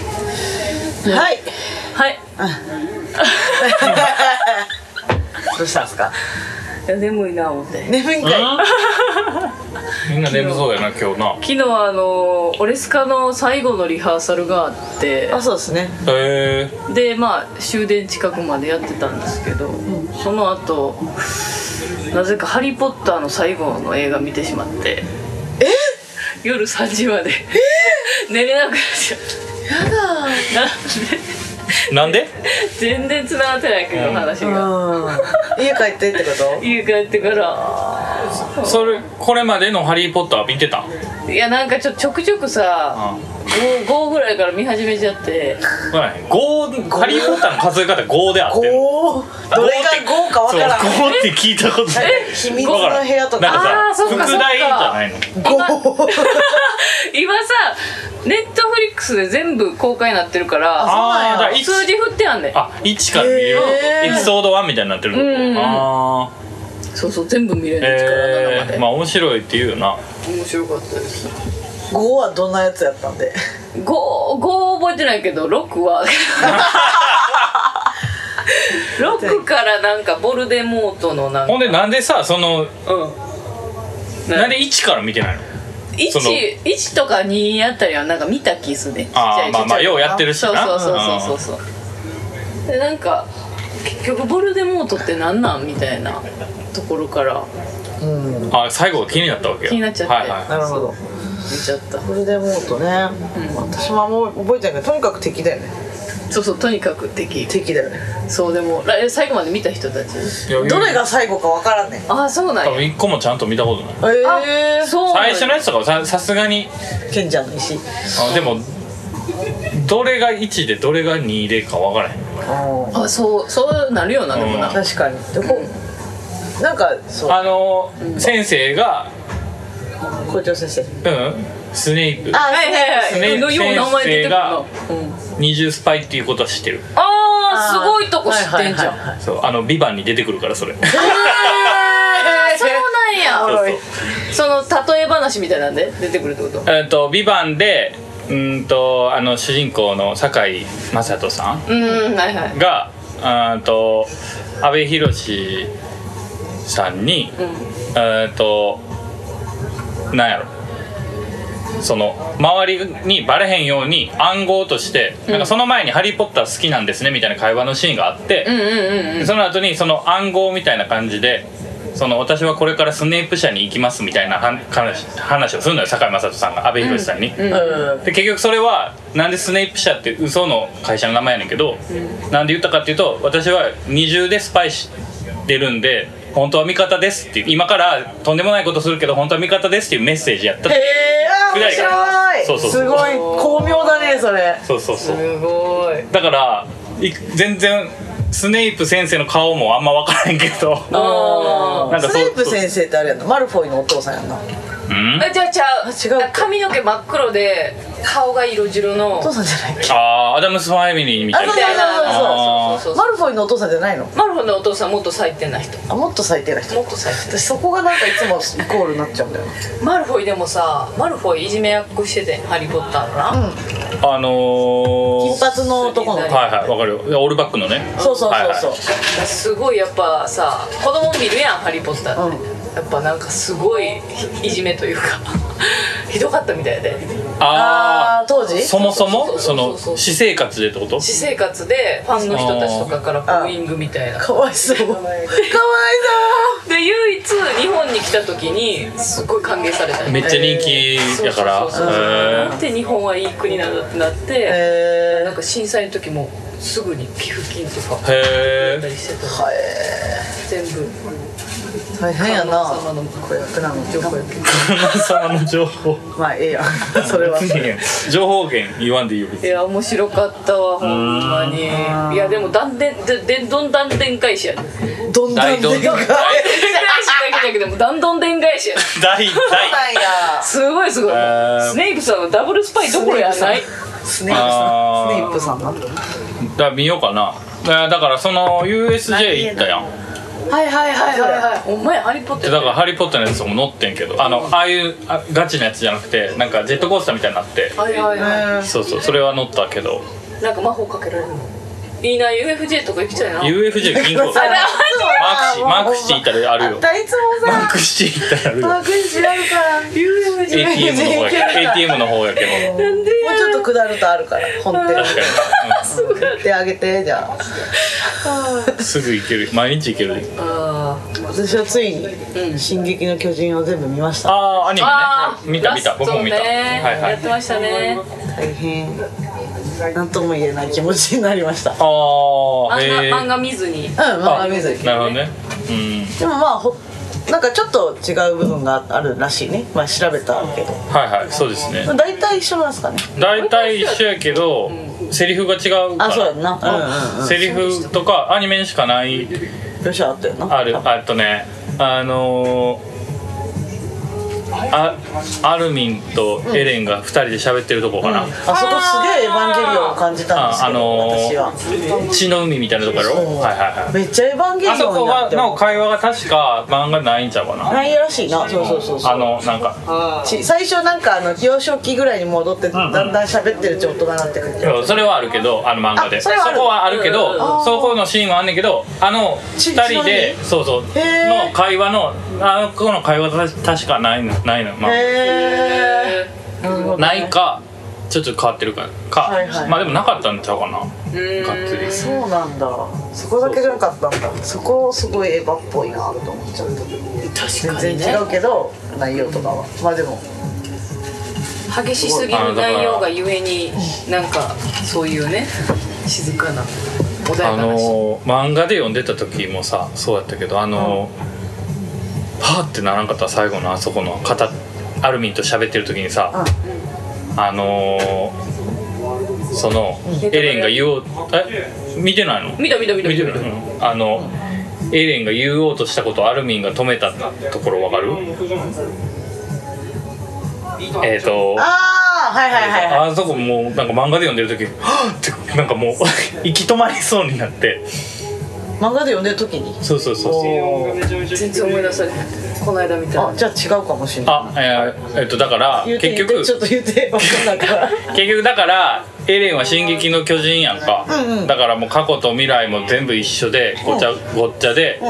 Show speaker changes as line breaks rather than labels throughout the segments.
です。
はい。
はい。
どうしたんですか。
いや眠いな思って。
眠いんかい。
みんな眠そうやな今日な
昨日あのオレスカの最後のリハーサルがあって
あ、そうですね。
へえ
でまあ終電近くまでやってたんですけど、その後なぜか「ハリー・ポッター」の最後の映画見てしまって夜3時まで寝れなくなっちゃったやだ
ー、なんで
全然繋がってないけど話が
うん。家帰ってってこ
家帰ってから
それこれまでの「ハリー・ポッター」見てた
いやなんかちょちょくちょくさ
あ
5, ぐらいから見始めちゃって
分からへん5ハリー・ポッターの数え方5であ
と。
ってん
おお。どれが豪かわからん。
そう5って聞いたことない
え
秘密の部屋と
なん
か。
あ
か
ー
さ
そっかそっか
副題じゃないの
豪。
今さネットフリックスで全部公開になってるから
うなんや
ああーだから一
数字振ってあんねん
あ一から見れる
へー
エピソード1みたいになってるの
うんうんうん
ああ
そうそう全部見れる
え
ん
え
で
ー、まあ面白いって言うよな
面白かったです
豪はどんなやつやったんで。
5 5覚えてないけど6は 6からなんかボルデモートのなんか
ほんでなんでさその
うん
なんで1から見てないのその
1, 1とか2あたりはなんか見た気すねちっち
あ
ゃ
あ
い
まあまあようやってるし
そう
な
そうそうそうそうそうでなんか結局ボルデモートってなんなんみたいなところから
うん。
うんあ最後が気になったわけよ
気になっちゃって
はいはい
なるほど。
見ちゃった
それでもうとね。私もあんま覚えてないけど、とにかく敵だよね。
そうそうとにかく敵
敵だよね。
そうでもら最後まで見た人たち
いや
どれが最後かわからんねん。
ああそうなん
多
や
分一個もちゃんと見たことない
え
あそうなん
最
や
初のやつとかはささすがに
え。賢者の石。
あでもどれが1でどれが2でか分からへん
うん。
あそうそうなるよなでもな、
うん
確かに。でこうなんかそう
あのー先生が
校長先生。
うんスネイプ
あ
はいはいはい
ね
のよう名前出てくるな、うん
先、二重スパイっていうことは知ってる
ああすごいとこ知ってんじゃん、
ん。
そうあの「ビバンに出てくるからそれそう
あーそう
お
なん
も
や
ろい
その例え話みたいなんで出てくるってこと
えっと「ビバンでうーんとあの主人公の堺雅人さん
うんはいはい
があーと阿部寛さんに、えっとなんやろその周りにバレへんように暗号として、なんかその前に「ハリー・ポッター好きなんですね」みたいな会話のシーンがあって、
うんうんうん
でその後にその暗号みたいな感じでその私はこれからスネープ社に行きますみたいなはん話話をするのよ堺雅人さんが阿部寛さんに。
うん。
で結局それはなんでスネイプ社って嘘の会社の名前やねんけど、なんで言ったかっていうと私は二重でスパイしてるんで本当は味方ですっていう今からとんでもないことするけど本当は味方ですっていうメッセージやった
へえあー面白い
そうそうそう
すごい巧妙だねそれ
そうそうそう
すごい
だからい全然スネイプ先生の顔もあんま分からへんけ ど
あ
なんか
ス
そう
ネープ先生ってあれやんなマルフォイのお父さんやんな
うん
ーえじゃあちゃう
あ違う
髪の毛真っ黒で顔が色白の
お父さんじゃないっけ
あーアダムスファミリーみたいな
あ
みたいな
あー
そうそうそうそう
マルフォイのお父さんじゃないの
マルフォンのお父さんもっと最低な人
あもっと最低な人
もっと最低な
私そこがなんかいつもイコールになっちゃうんだよな
人マルフォイでもさマルフォイいじめやっこしててハリー・ポッターのな、
ん
あの
金
ー、
髪の男の子
はいはいわかるよオールバックのね
そうそうそうそう
すごいやっぱさ子供見るやん「ハリー・ポッター」って、
う
やっぱなんかすごいいじめというか ひどかったみたいで
あ
あ
あ
ー当時
そもそ
そ
もそう
そうそうそう
の私生活でってこと
私生活でファンの人たちとかからブーイングみたいな
かわいそうかわい
で唯一日本に来た時にすごい歓迎された
めっちゃ人気やから
そうそうそうそう
へ
なんて日本はいい国なんだってなって、
そうへ
なんか震災の時もすぐに寄付金とか
ー
やった
へ
りしてた
ーはい
全部
大変やな
観音様の
子役なの情報役
え様の情報
まあええやんそれはそれ
情報源言わんでいいよ別
い
に
や面白かったわほんまにいやでも断ででんどん断点返 しやね
どんどん
大どん
でかい
返しだけじゃなくてもう断どんでん返しやね
大
なんや
すごいすごい
へー
スネイプさんのダブルスパイどころやない
スネープさんスネープさんな
大だ見ようかなだだからその USJ 行ったやん
はいはいはいはいはいほんまやハリーポッタ
で
ー
だから「ハリー・ポッター」のやつも乗ってんけどあのああいうあガチなやつじゃなくてなんかジェットコースターみたいになって
はいはいは
えー
そうそうそれは乗ったけど
いなんか魔法かけられるのいいな UFJ とか行きたいな
UFJ 銀行マークシーマークシー行ったらある
あ
よ
んたいつも
マ
さ
ークシー行ったらある
マー
よ
クシーあるから
UFJ も
ATM の方やけど ATM の方やけど
う
もうちょっと下るとあるから本店
確かに、
行ってあげてじゃあ
うん、すぐ行ける毎日行ける
あ
私はついに「進撃の巨人」を全部見ました
ああアニ
あ
メね見た見た僕も見た、
ね、
はいはい
やってましたね
大変何とも言えない気持ちになりましたうん
ああ
漫
へえ
画漫画見ずに
まあ見ずに
なるほどねうん
でもまあほなんかちょっと違う部分があるらしいねまあ調べたけど
はいはいそうですね
大体一緒なんですかね
大体一緒やけどセリフが違うから
あそうやんなうんうんうん
セリフとかアニメにしかない
よしあったよな
あるあとねあのーあアルミンとエレンが2人で喋ってるとこかな、
あそこすげえエヴァンゲリオンを感じたんですよ、
ああの
私は
ー、血の海みたいなとこやろはいはいは
めっちゃエヴァンゲ
いあ
リ
そ
オン
こ
にな
は
って
の会話が確か漫画ないんちゃうかな
ないらしいなそうそうそうそう
あのなんか
ち最初なんかあの幼少期ぐらいに戻ってだんだん喋ってるうち大人になってくるけど
それはあるけどあの漫画で
あそ
そ
れはある
こはあるけ
うん
どそこのシーンはあんねんけどあの
ち
2人
ちな
で
みに
そうそう
へー
の会話のあの子の会話が確かないのないの、まあ
へ
え
ーなるほどね
ないかちょっと変わってるかか、
はいはい
まあでもなかったんちゃうかながっ
ーん
つり
そうなんだそこだけじゃなかったんだそこすごいエヴァっぽいなと思っちゃった
確
全
かにね
然違うけど内容とかはまあでも
激しすぎる内容がゆえになんかそういうね静かな穏や
あ
かなし、
のー漫画で読んでた時もさそうやったけどあのー、パーってならんかった最後のあそこの片アルミンと喋ってる時にさ、あのーその
ん
エレンが言おうえ見てないの
見た見た見た
見てないあのエレンが言おうとしたことをアルミンが止めたところわかるえっ、ー、と
ああはいはいはいはい
あそこもうなんか漫画で読んでる時はぁってなんかもう 行き止まりそうになって
漫画で読んでる時に
そうそうそうそう
全然思い出されへんこの間見た
あじゃあ違うかもしれない
あえーえっとだから
言うて
結
言って
局
ちょっと言って分かんないから
結局だからエレンは「進撃の巨人」やんか、
うんうん
だからもう過去と未来も全部一緒でごちゃごっちゃ で、
う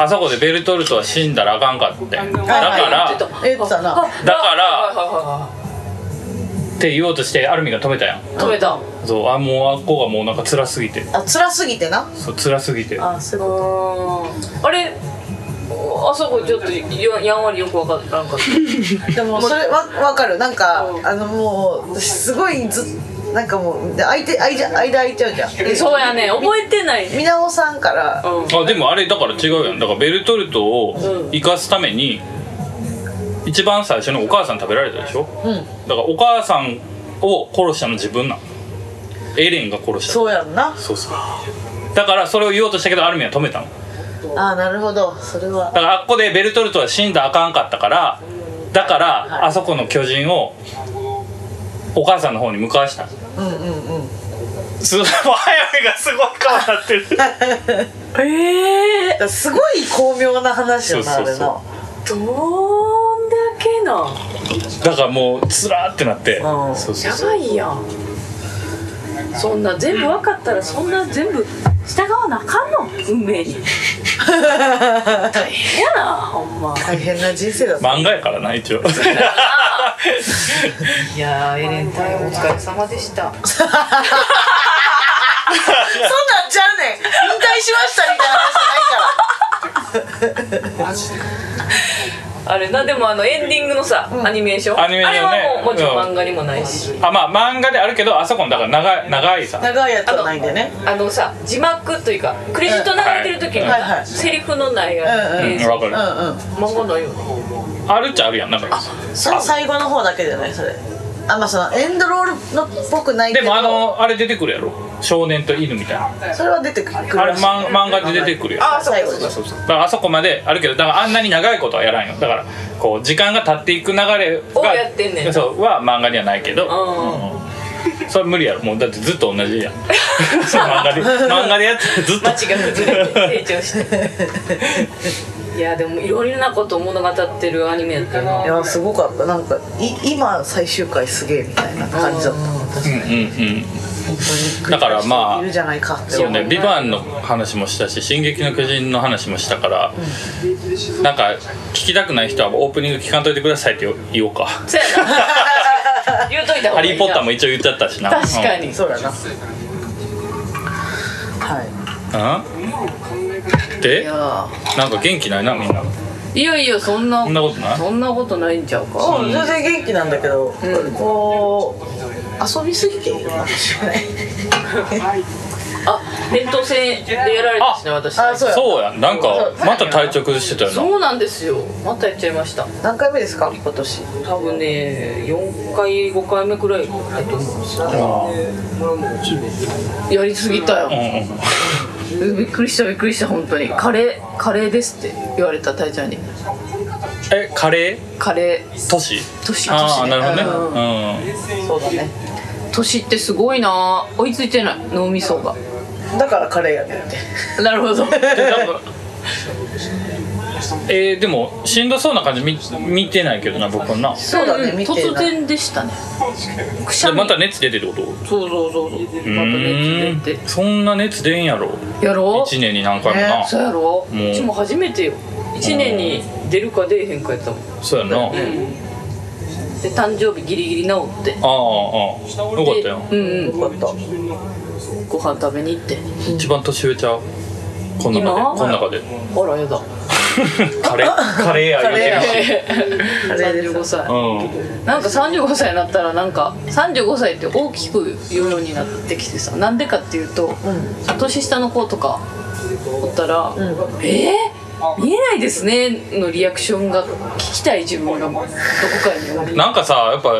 あそこでベルトルトは死んだらあかんかってだか
は
ら
い
言って
言ってたな
あ
だから
はいはいはい
って言おうとしてアルミが止めたやん
はい止めた
そうあもうあっこがもうなんか辛すぎて
んあ辛すぎてな
そう辛すぎて
あすごい
あーあれあそこちょっとややんわりよくわからんかっ
でもそれわわかるなんか
うん
あのもう私すごいずなんかもうで相手間間空いちゃうじゃん
たそうやね覚えてないね
みなおさんから
うん
あでもあれだから違うやんだからベルトルトを生かすために一番最初にお母さん食べられたでしょ
うん
だからお母さんを殺したの自分なのエレンが殺したの
そうやんな
そうそうだからそれを言おうとしたけどアルミは止めたのだ
あなるほどそれは
からあっこでベルトルトは死んだらあかんかったからだからあそこの巨人をお母さんの方に向かわしたの
うんうんうん
すごい早見がすごい顔になってる
ええ
だすごい巧妙な話よな
そ
あ
うそう
れ
そう
の
どんだけな
だからもうつらーってなって
うん
そうそう
や
そう
ばいやんそんな全部分かったらそんな全部従わなあかんの運命に大変やなほんま
大変な人生だった
漫画やから な一応
いやーエレン隊お疲れ様でした
そんなんちゃうねん引退しましたみたいな話
あれなでもあのエンディングのさ、アニメーション
アニメーションね
あれはもうもちろ
うん
ん漫画にもないし、
あまあ漫画であるけどあそこのだから長い長いさ
じゃないから長いやつはないんでね
あのさ字幕というかクレジット流れてる時に、
うん
はいはい
セリフのない映
うんうん
像
わか
うん
る
うん
漫画ないよね
あるっちゃあるやんなんか
その最後の方だけじゃないそれあまあそのエンドロールのっぽくないけ
で
ど
もあのあれ出てくるやろ少年と犬みたいな
それは出てくるらしい
あれ漫漫画で出てくるやん
あ最後でしょ
そうそうだからあそこまであるけどだからあんなに長いことはやらんよだからこう時間が経っていく流れ
を
が
やってんねん
そうは漫画にはないけど、
ん
うんそれ無理やろもうだってずっと同 じやんそう漫画で漫画でやってたらずっと
街が崩れて成長していやでもいろいろなことを物語ってるアニメやったない
やすごかったなんかい今最終回すげえみたいな感じだった本当に
うんうんうんだ
だ
からまあ
いるじゃないかって
そう
思
ね「
う
ビバンの話もしたし「進撃の巨人」の話もしたから、なんか聞きたくない人はオープニング聞かんといてくださいって言おうか
そうやな言うといた方
「ハ
がいい
リー・ポッター」も一応言っちゃったしな
確かに、
そうやなはい
うん、うん、
い
で
や
なんか元気ないなみんない
やいやそんな
そんなことない
そんなことないんちゃうか
うん全然元気なんだけど、
うん
こう遊びすぎているかもしれない
あ扁桃腺でやられたしね私
あそうや
そうやなんかまた体調崩してたよな
そうなんですよまたやっちゃいました
何回目ですか今年
多分ね4回5回目くらいだと思うんですよやりすぎたよ、
うんうん
びっくりしたびっくりした本当にカレーカレーですって言われた大ちゃんに
えカレ
カレー
ー都市
年
ああ
年
なるほどね
うん
そうだね
年ってすごいな追いついてない脳みそが
だからカレーやねんって
なるほど
うんえー、でもしんどそうな感じ見見てないけどな僕はな
そうだね
ん
見て
突
ない
然でしたねくしゃ
で
み
また熱出てるってこと
そうそうそうそうまた
う
熱
ー
出て
んそんな熱出んやろ
やろ
1年に何回もな、
ね
そうやろう
もう
ちも初めてよ1年に出るか出えへんかやったもん
そうやな、あ
で誕生日ギリギリ治って
あああよかったよ
でうん
よかった
うんご飯食べに行って
一番年上ちゃうこの中
今
でこの中で
あらやだ
カレーカレーや 言うてるし
35歳
う
なんか35歳になったらなんか35歳って大きく言うようになってきてさなんでかっていうと、年下の子とかおったら「えー、見えないですね」のリアクションが聞きたい自分がどこかにおる
んなんかさやっぱも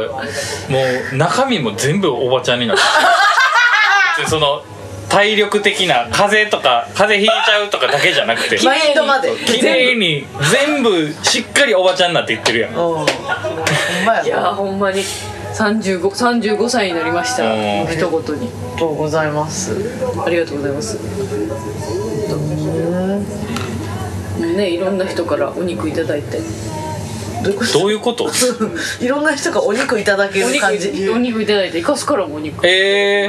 う中身も全部おばちゃんになってるその体力的な風邪とか風邪ひいちゃうとかだけじゃなくて
マインドまで
綺麗に全部しっかりおばちゃんになっていってるやん
うんほんまや
いやーほんまに35 35歳になりました
うん
の一言に
ありがとうございます
ありがとうございますねいろんな人からお肉いただいて
どういうこと
どういうこと
いろんな人がお肉いただけ
お
る感じ
肉お肉いただいてイカスからもお肉
え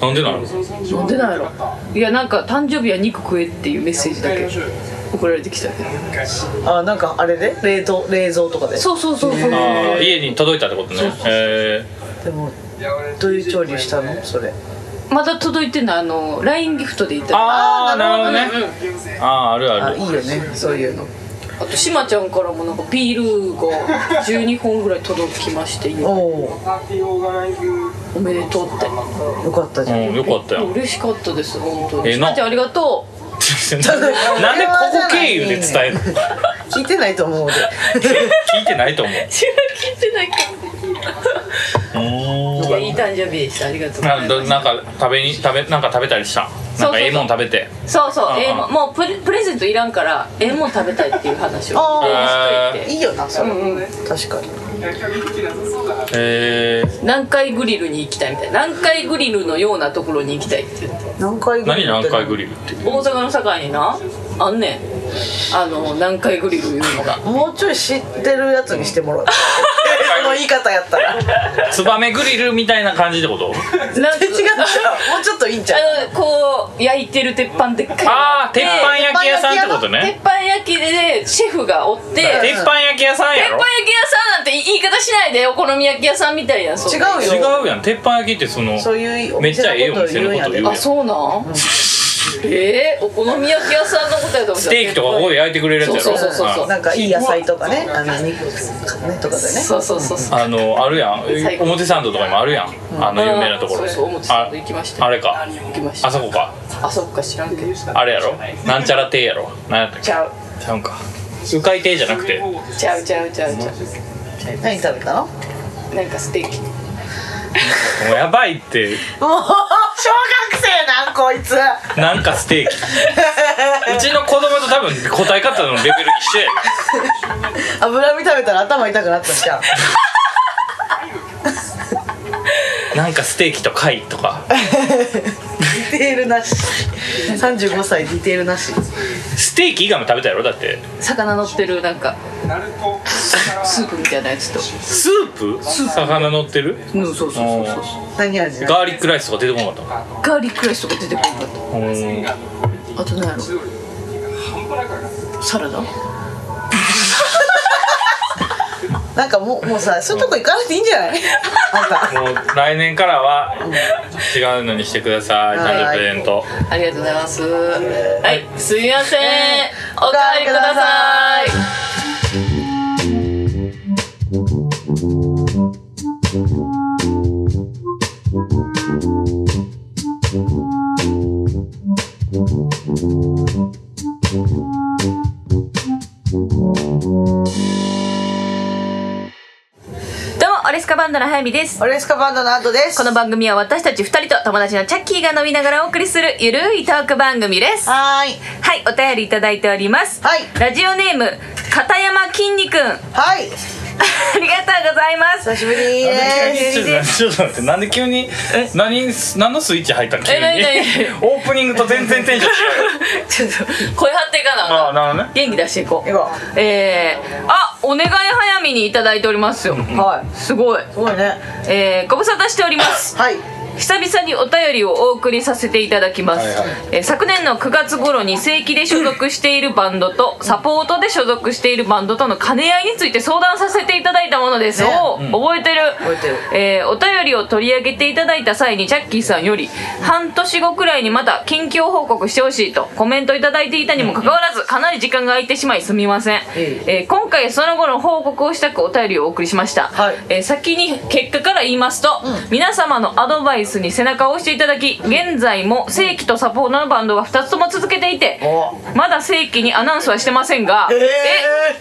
ー、なんでなの
なんでなんやろいやなんか誕生日は肉食えっていうメッセージだけ送られてきたけど
あなんかあれで冷凍冷蔵とかで
そうそうそうそう
あー家に届いたってことねえ
でもどういう調理したのそれ
まだ届いてないあの LINE ギフトでいただ
ー、
い
ああなるほどね、
たうん
ああーあるあ
あ
る
いいよねそういうの
あとしまちゃんからもなんかビールが12本ぐらい届きまして
お
今
お
おめでとうって
よかったじゃん
うん、よかったよ。
嬉しかったです本当に
えー
し
な
まちゃんありがとう
なんでここ経由で伝えるの
聞いてないと思うで
聞いてないと思う。
違う聞いてないからいやいい誕生日でしたありがとうござ
ないん
ま
かなんか食べに食べなんか食べたりした。
うそ
な
うん
かええもん食べて。
すそうそう
うんうん
ええもんもうプレプレゼントいらんからええもん食べたいっていう話を
あ
ー
してい
いい
て
よなそれ
うんうん
確かに
えー、
南海グリルに行きたいみたいな南海グリルのようなところに行きたいって言って
何回ぐらい
何
やっ
何
てんの
回グリルって。
大阪の堺になあんねんあの南海グリルいうのが
もうちょい知ってるやつにしても らって その言い方やったら違う
ツバメグリルみたいな感じってこと？
なんか
違うもうちょっといいんちゃう
あのこう焼いてる鉄板でっかいのが
あー鉄板焼き屋さんってこと
鉄
ね。
板焼きでシェフがおって
板焼
鉄
き
板焼き屋さん
鉄
や
板
ろ
焼。き屋さんなんて言い方しないでお好み焼き屋さんみたいやんそんな
違うよ
違うやん。鉄板焼きってその
そういうお
めっちゃええお店の
ん
こ
や
と
で
言うや
あ
ん。
そうなん、えー、お好み焼き屋さんのことやと思って
ステーキとかここで焼いてくれるやつやろ。
そうそうそうそう
うん
なんかいい野菜とかねあの肉とかねとかでね
そうそうそうそう
あのあるやん
最高
表参道とかにもあるやん、あの有名なところ
そうそう表参道行きました
ああれか
行きました
あそこか
あそっか知らんけど
あれやろなんちゃら亭やろなんやったっけ
ちゃう
ちゃうんか迂回亭じゃなくて
ちゃうちゃうちゃうちゃ
何食べたのもう
うなんかステーキ
もうやばいって
小学生なんこいつ
なんかステー キうちの子供と多分答え方のレベル一緒や
脂身食べたら頭痛くなったじゃん
なんかステーキと貝とか
ディテールなし35歳ディテールなし
ステーキ以外も食べたやろだって
魚乗ってるなんかスープみたいなやつと
スープ魚乗ってる
うんそうそうそうそう
何味
ガーリックライスとか出てこなかった
ガーリックライスとか出てこなかっ
うん
たあと何やろサラダ
なんかもうもうさそういうとこ行かなくていいんじゃないあんた
もう来年からは違うのにしてくださ
はい
い誕生日プレゼント
ありがとうございますはいすいませんおかわりくださいどうもオレスカバンドの早見です
オレスカバンドの後です
この番組は私たち二人と友達のチャッキーが飲みながらお送りするゆるいトーク番組ですは
はーい
いお便りいただいております
はい
ラジオネーム片山きんに君 あ
はい
りがとうございます
久しぶりです
ちょっと待ってちょっと待ってなんで急に何何のスイッチ入ったの急に
え何何
オープニングと全然テンション違う
ちょっと声張っていか
ああ
な
なるほどね
元気出していこう
行こ
えー、あお願い早めにいただいておりますよ
うはい
すごい
すごいね
えー、ご無沙汰しており ます
はい
久々にお便りをお送りさせていただきます、
はいはい
えー昨年の9月頃に正規で所属しているバンドとサポートで所属しているバンドとの兼ね合いについて相談させていただいたものです、
ね
おー覚えてる
覚えてる
えーお便りを取り上げていただいた際にチャッキーさんより半年後くらいにまた近況報告してほしいとコメントいただいていたにもかかわらずかなり時間が空いてしまいすみません、
え
えー今回その後の報告をしたくお便りをお送りしました、
はい
えー先に結果から言いますと、皆様のアドバイスに背中を押していただき現在も正規とサポートのバンドが2つとも続けていて
お
まだ正規にアナウンスはしてませんが、
えー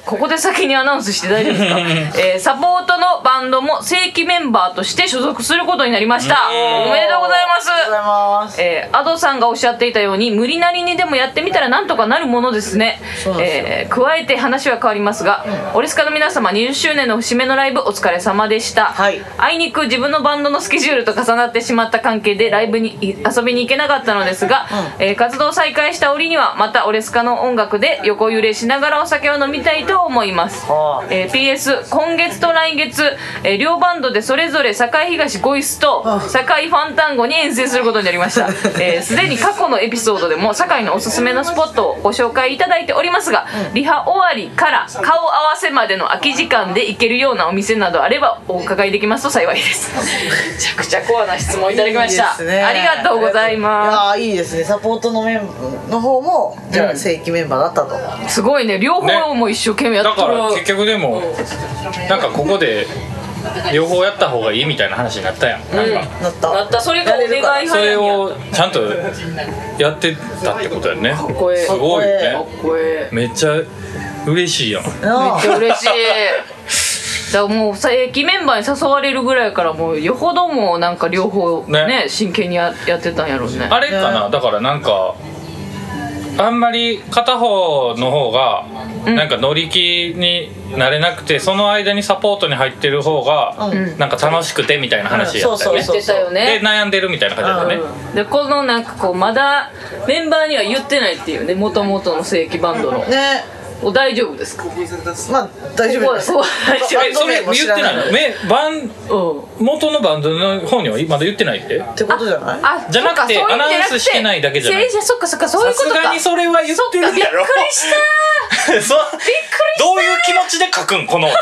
ここで先にアナウンスして大丈夫 ですか、えーサポートのバンドも正規メンバーとして所属することになりましたおめでとうございます
ありがとうございます
えー、アドさんがおっしゃっていたように無理なりにでもやってみたらなんとかなるものですね
そうなんですよ
えー加えて話は変わりますが、オレスカの皆様20周年の節目のライブお疲れ様でした、
はい
あいにく自分のバンドのスケジュールと重なってしまった関係でライブにい遊びに行けなかったのですが、えー活動を再開した折にはまたオレスカの音楽で横揺れしながらお酒を飲みたいと思います
はあ、
えー PS 今月と来月、えー両バンドでそれぞれ堺東ゴイスと堺ファンタンゴに遠征することになり ましたえーすで、に過去のエピソードでも堺のおすすめのスポットをご紹介いただいておりますが、リハ終わりから顔合わせまでの空き時間で行けるようなお店などあればお伺いできますと幸いです めちゃくちゃコアな質問いただきました
いいですね
ありがとうございま
いやーいいですねサポートのメンの方もじゃ
う
あ
ん
正規メンバーだったと、
すすごいね両方もう一生懸命や
だ
っと
か
る、
ら結局でもなんかここで両方やった方がいいみたいな話になったやんなんか
なった
なったそれがお願い早
それ
めにやっ
をちゃんとやってたってことやね
たこれ
すごい
かっ
ね
こええ
めっちゃ嬉しいやん
な
めっ
あ
ちゃ嬉しいだからもうさ駅メンバーに誘われるぐらいからもうよほどもうなんか両方ね
ね
真剣にややってたんやろうね
あれかな、だからなんかあんまり片方の方が
ん
なんか乗り気になれなくて、その間にサポートに入ってる方が
うん
なんか楽しくてみたいな話やったよね、
うんそうそうそう
言ってたよね
で悩んでるみたいな感じだったね、
でこのなんかこうまだメンバーには言ってないっていうねもともとの正規バンドの
ね
お大丈夫ですか
まあ大丈夫です
ここは大丈
えそれ言ってないのめバン
夫うん
元のバンドの方にはまだ言ってないって
ってことじゃない
あ
じゃなくて
そっかそういう
ア
ん
ナウンスしてないだけじゃない
正社そっかそっかそうい
さ
うこ
す
とか
がにそれは言ってるやろ
そっかびっくりした
そ
びっくり
どういう気持ちで書くんこのお便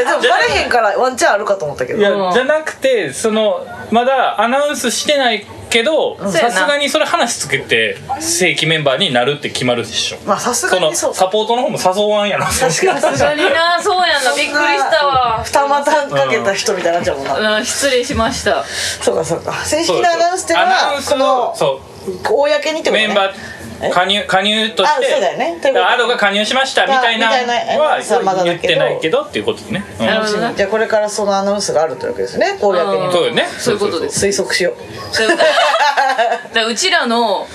り
えで もバレへんからワンチャンあるかと思ったけ
い
ど
うん
やじゃなくてそのまだアナウンスしてないけど
ん
さすがにそれ話つけて正規メンバーになるって決まるでしょ
まあさすが
その
にそう
サポートの方も誘わんやろ確
かに
さすがになそうやんなびっくりしたわ
二股かけた人みたいになっちゃうもんな、
うん失礼しました
そうかそうか正式なアナウンスっていうの
アナウ
は
ンス
この
そう
公にってことね
メンバー加入加入として
あそうだよねということ
アドが加入しましたみたいな
みたいなア
は
ナウンスはまだ
言
だ
っ
けど
てないけどっていうことでね、うん
なるほど
じゃあこれからそのアナウンスがあるというわけですね公に
うん
そうよね
そういうことです
推測しよう
だからだからうちらの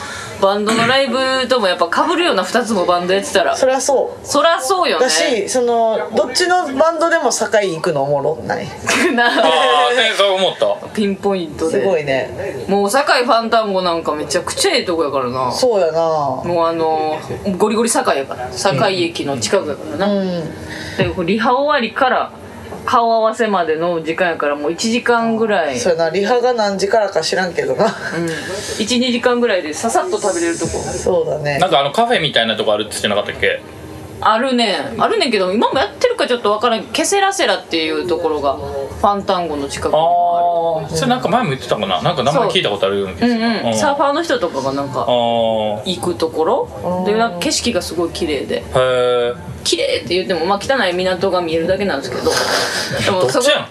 バンドのライブともやっぱかぶるような2つもバンドやってたら
そりゃそう
そらそうよね
だしそのどっちのバンドでも境に行くのおもろない
な
ああねそう思った
ピンポイント
す
で
ごいね
もう堺ファンタンゴなんかめちゃくちゃええとこやからな
そうやな
もうあのーゴリゴリ堺やから堺駅の近くやからな、
うん
でこうリハ終わりから顔合わせまでの時間やからもう1時間ぐらい、
そうやなリハが何時からか知らんけどな
うん、12時間ぐらいでささっと食べれるとこ
そうだね
なんかあのカフェみたいなとこあるって言ってなかったっけ
あるねんあるねんけど今もやってるかちょっとわからんけどケセラセラっていうところがファンタンゴの近くにも
ああそれなんか前も言ってたかななんか名前聞いたことあるような気
あ
が
るう
する
んうんサーファーの人とかがなん
あ
か
ー
行くところでなんか景色がすごい綺麗で
へえ
綺麗って言ってもまあ汚い港が見えるだけなんです けどでも
どっちやん
その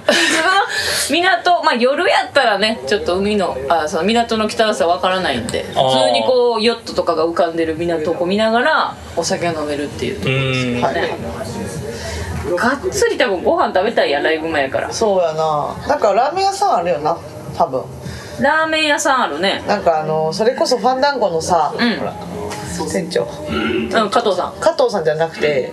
港まあ夜やったらねちょっと海のあその港の汚さわからないんで普
あー
通にこうヨットとかが浮かんでる港をこう見ながらお酒を飲めるっていう
うーん
はい
ねがっつり多分ご飯食べたいやライブ前やから
そうやななんかラーメン屋さんあるよな多分
ラーメン屋さんあるね
なんかあのそれこそファンダンゴのさ、
うん
ほら店長
うん加藤さん
加藤さんじゃなくて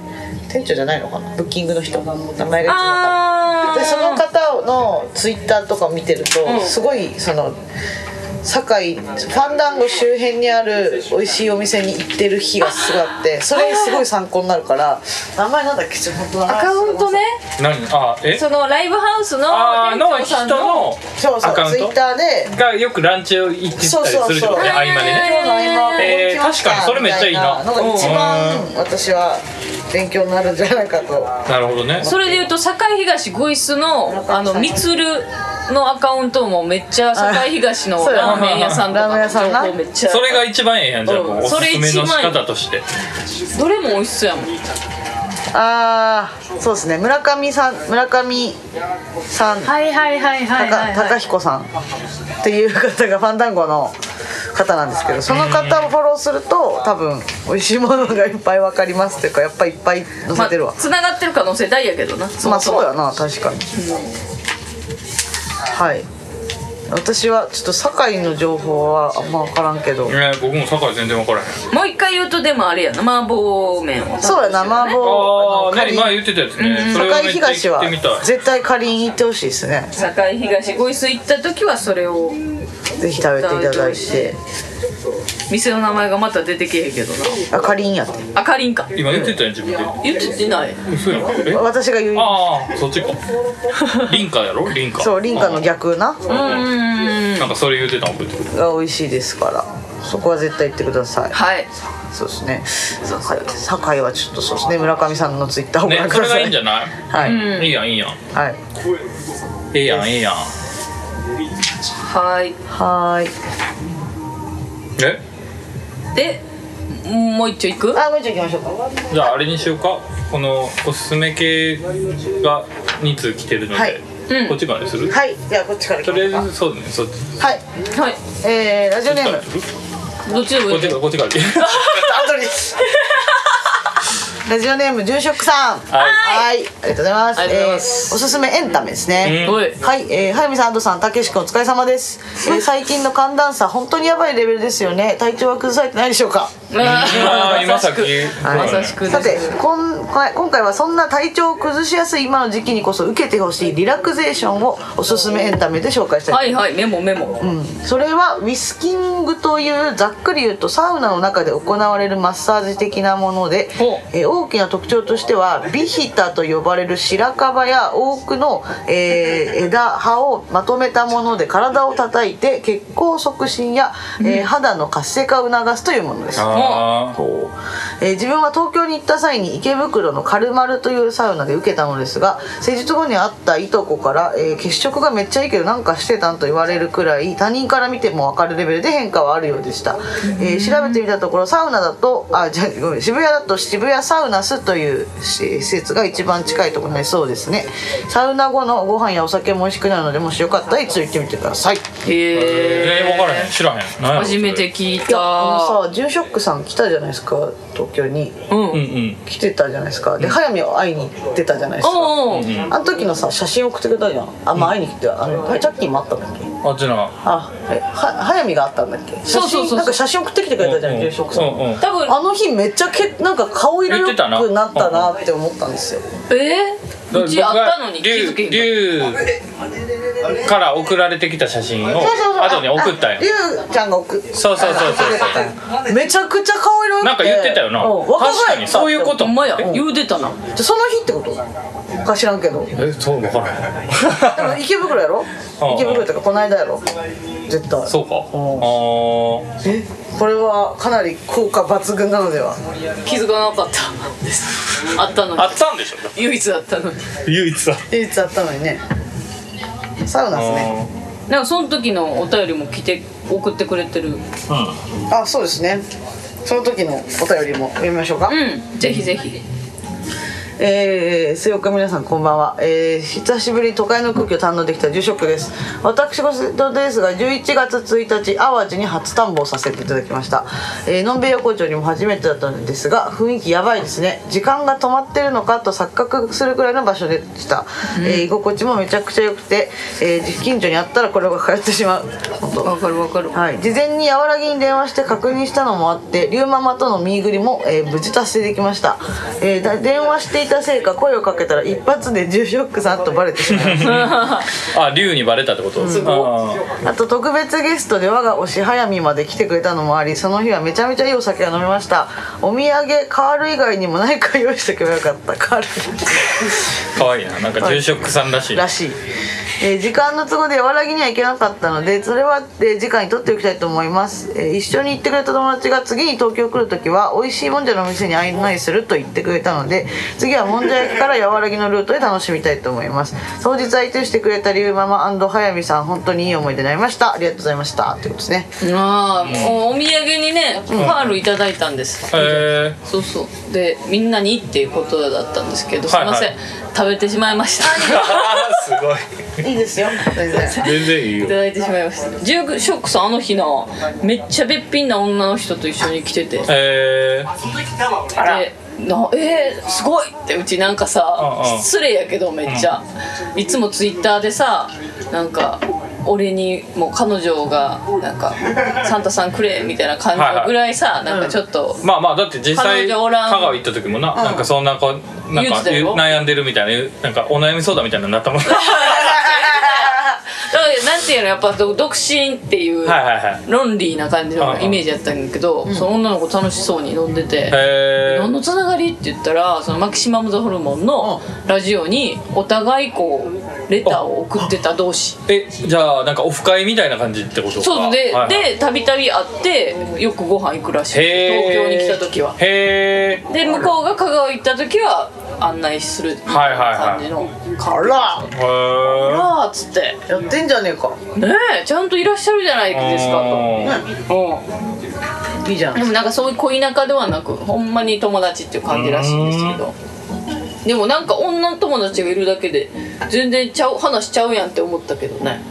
店長じゃないのかなブッキングの人名前が違った
あー
でその方のツイッターとか見てると、
うん
すごいその堺ファンダンゴ周辺にある美味しいお店に行ってる日がすごいあってそれすごい参考になるから名前なんだっけちょっと本当だ
アカウントね
何あえ
そのライブハウスの
あーの
店長さ
人
んの
の
そう
ア
そう
カウン
ツイ
ト
ッターで
がよくランチを行ってたりするってこ
そ
と
うそうそう
ね合間でね
今日の合間
えー確かにそれめっちゃいいな
なんか一番私は勉強になるんじゃないかと
なるほどね
それでいうと堺東ゴイスのあのみつるのアカウントもめっちゃ堺東の
そうや
ラーメン屋さんと
ラ
か
ーメン屋さんな
情報めっちゃ
それが一番ええやんじゃあこう
うん
おすすめの仕
それ一番
方として
どれも美味しそうやもん
ああそうですね村上さん村上さん
はいはいはいは
高高彦さんっていう方がファンダンゴの方なんですけどその方をフォローすると多分美味しいものがいっぱい分かりますっていうかやっぱいっぱい載せてるわ、
つながってる可能性大やけどな
ま
も
あ
も
そうやな確かに、はい私はちょっと堺の情報はあんま分からんけど、
え僕も堺全然分からへん
もう一回言うとでもあれやな麻婆麺を
そうやな麻
あ
婆
あ何
りん
前言ってたやつねそれを
堺
めっちゃ
東
行ってみたい
は絶対かりん行ってほしいですね
堺東ゴイス行った時はそれを
ぜひ食べていただいて
店の名前がまた出てけえへんけどな
あかりんやって
あかりんか
今言ってたやん自分で
言ってない
嘘やんえ
私が言う
ああそっちかリンカやろリンカ
そうリンカの逆な
うーん
なんかそれ言ってたの覚えてる
が美味しいですからそこは絶対行ってください
はい
そうですね堺堺はちょっとそうですね村上さんのツイッターをご覧
ね
く
そ
だ
れ
さ
が
い、
いいんじゃない
はい、
いいやんいいやん
はい
ええやんええやん
はい
はーい
え
でもう一丁行く
あもう一丁行きましょうか
じゃああれにしようかこのおすすめ系が2通来てるので、
はい
うん
こっちからにする、
はいじゃあこっちから行き
と
ま
り
しょ
あ
う
えずそうねそっち
かはい
はい
えー、ラジオネー ム
どっちでもい
こっ
いけ
ちから
ど
こっちから
アドリスラジオネーム住職さん
はい
はい、ありがとうございます。
ありがとうございます
えーおすすめエンタメですね。
うんはい
はい、えー、はやみさん、安藤さん、たけしくん、お疲れ様です。えー最近の寒暖差、本当にやばいレベルですよね。体調は崩されてないでしょうか。
あー
今さっき
まさしく
さ
まさし
て
くです
こん今回はそんな体調を崩しやすい今の時期にこそ受けてほしいリラクゼーションをおすすめエンタメで紹介したいと思います
はいはいメモメモ
うんそれはウィスキングというざっくり言うとサウナの中で行われるマッサージ的なもので
ほ、
えー大きな特徴としてはビヒタと呼ばれる白樺や多くの、えー枝葉をまとめたもので体を叩いて血行促進や、えー肌の活性化を促すというものです。
あー
えー自分は東京に行った際に池袋のカルマルというサウナで受けたのですが施術後に会ったいとこから、えー血色がめっちゃいいけどなんかしてたんと言われるくらい他人から見ても分かるレベルで変化はあるようでした、えー調べてみたところサウナだとあじゃごめん渋谷だと渋谷サウナスというし施設が一番近いところになりそうですねサウナ後のご飯やお酒も美味しくなるのでもしよかったら一度行ってみてください
へ
えー、分からへん知らへん何やろ
初めて聞
い
い
やあ
た
のさジュンショックさん来たじゃないですか東京に
うん
うんうん
来てたじゃないですかで速水を会いに行ってたじゃないですか
おお
あの時のさ写真送ってくれたじゃんあんまあ会いに来てあのパイチャッキンもあったんだっけ
あっちの
あえは早見があったんだっけ写真
そうそうそうそう
なんか写真送ってきてくれたじゃん給食さん、
うんうん
多分
あの日めっちゃけなんか顔色良
言っ
く
てたな
なったなって思ったんですよ
えー、うちあったのに気づけへんかっ
龍から送られてきた写真を後に送ったんよ
りゅうちゃんが送っ
そうそうそうそう
ためちゃくちゃ顔色良くて
なんか言ってたよな
うん若返っ
確かにそういうこ
た
と
ほんまや
え
言うてたな
じゃあその日ってことか知らんけどで
えそうわからない
も池袋やろ
うん
池袋とかこの間やろ絶対
そうかああ
えこれはかなり効果抜群なのでは
気づかなかったですあったのに
あったんでしょ
唯一あったのに
唯一だ
唯一あったのにねサウナですね
なんかその時のお便りも来て送ってくれてる
う
あそうですねその時のお便りも読みましょうか、
うんぜひぜひ
えー、水曜日皆さんこんばんは、えー、久しぶりに都会の空気を堪能できた住職です私事ですが11月1日淡路に初探訪させていただきました、えー、のんべい横丁にも初めてだったんですが雰囲気やばいですね時間が止まってるのかと錯覚するくらいの場所でした、えー居心地もめちゃくちゃ良くて、えー、近所にあったらこれが通ってしまう本当
わかるわかる
はい、事前に和らぎに電話して確認したのもあってリュウママとのミーグリも、えー無事達成できました、えーだ電話していたせいか声をかけたら一発で住職さんとバレてしまいました
んあ龍にバレたってことすご
あと特別ゲストで我が推し早見まで来てくれたのもありその日はめちゃめちゃいいお酒が飲めましたお土産カール以外にも何か用意しておけばよかったカール
かわいいななんか住職さんらしい
らしい、えー時間の都合で和らぎには行けなかったのでそれは、えー次回に取っておきたいと思います、えー一緒に行ってくれた友達が次に東京来る時は美味しいもんじゃのお店に案内すると言ってくれたので次はもんじゃ焼きから和らぎのルートで楽しみたいと思います当日相手してくれたリュウママ早見さん本当にいい思い出になりましたありがとうございましたということですね
ああ、おお土産にねパールいただいたんです、
え
そうそうでみんなにっていうことだったんですけど、
はいはい
すいません食べてしまいました
すごい
いいですよ全然
全然いい
いただいてしまいましたジュークショックさんあの日なめっちゃべっぴんな女の人と一緒に来てて
え
あれなえー、すごいってうちなんかさ
うんうん
失礼やけどめっちゃ、いつもツイッターでさなんか俺にもう彼女がなんか「サンタさんくれ」みたいな感じのぐらいさ、なんかちょっと、
まあまあだって実
彼
際
女
香
おらん
川行った時もななんかそんなこなん
言う
か
てたよ
悩んでるみたいななんかお悩み相談みたいなのに なったもんはい
だからなんていうのやっぱ独身っていう
はいはい
ロンリーな感じのイメージやったんだけど、その女の子楽しそうに飲んでて、
え
何のつながりって言ったらそのマキシマム・ザ・ホルモンのラジオにお互いこうレターを送ってた同士
えじゃあなんかオフ会みたいな感じってことか
そうで、
はいはい
でたびたび会ってよくご飯行くらしい
へー
東京に来た時は
へえ
で向こうが香川行った時は案内するみたいな感じの
あら
へー
あらっつって
やってんじゃねえか
「ねえちゃんといらっしゃるじゃないですか」と、うん、
いいじゃん
でもなんかそういう恋仲ではなくほんまに友達っていう感じらしいんですけどでもなんか女友達がいるだけで全然ちゃう話しちゃうやんって思ったけどね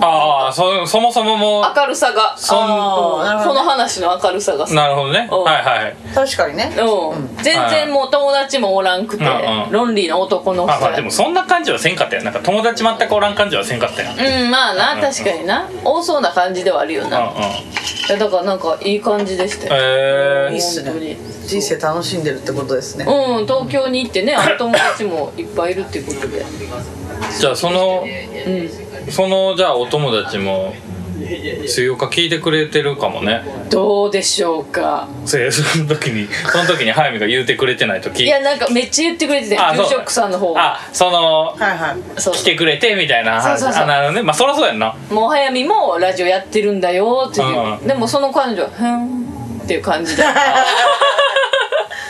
ああそそもそもも
明るさが
そん
あー
なるほ
こ
どね
の話の明るさがさ
なるほどね
うん
はいはい
確かにね
うん、全然もう友達もおらんくて、
うんうん
ロンリーな男の人
あまあでもそんな感じはせんかったよなんか友達全くおらん感じはせんかったよ
うんまあな、
うん
確かにな多そうな感じではあるよ
うんう
な、
ん
いやだからなんかいい感じでしたよ、
へ
いいっ
え
すね
本当に
人生楽しんでるってことですね
うん東京に行ってねあの友達もいっぱいいるっていうことで
じゃあその
う
そのじゃあお友達も水曜か聞いてくれてるかもね
んどうでしょうか
せその時にその時に早見が言うてくれてない時
いやなんかめっちゃ言ってくれてた
あ
よ
そう
住職さんの方が
あその
はいはい
そう
来てくれてみたいな話
そうそうそう
あなるほどねまあそりゃそうやんな
もう早見もラジオやってるんだよっていう、
うんうん
でもその彼女はふんっていう感 じで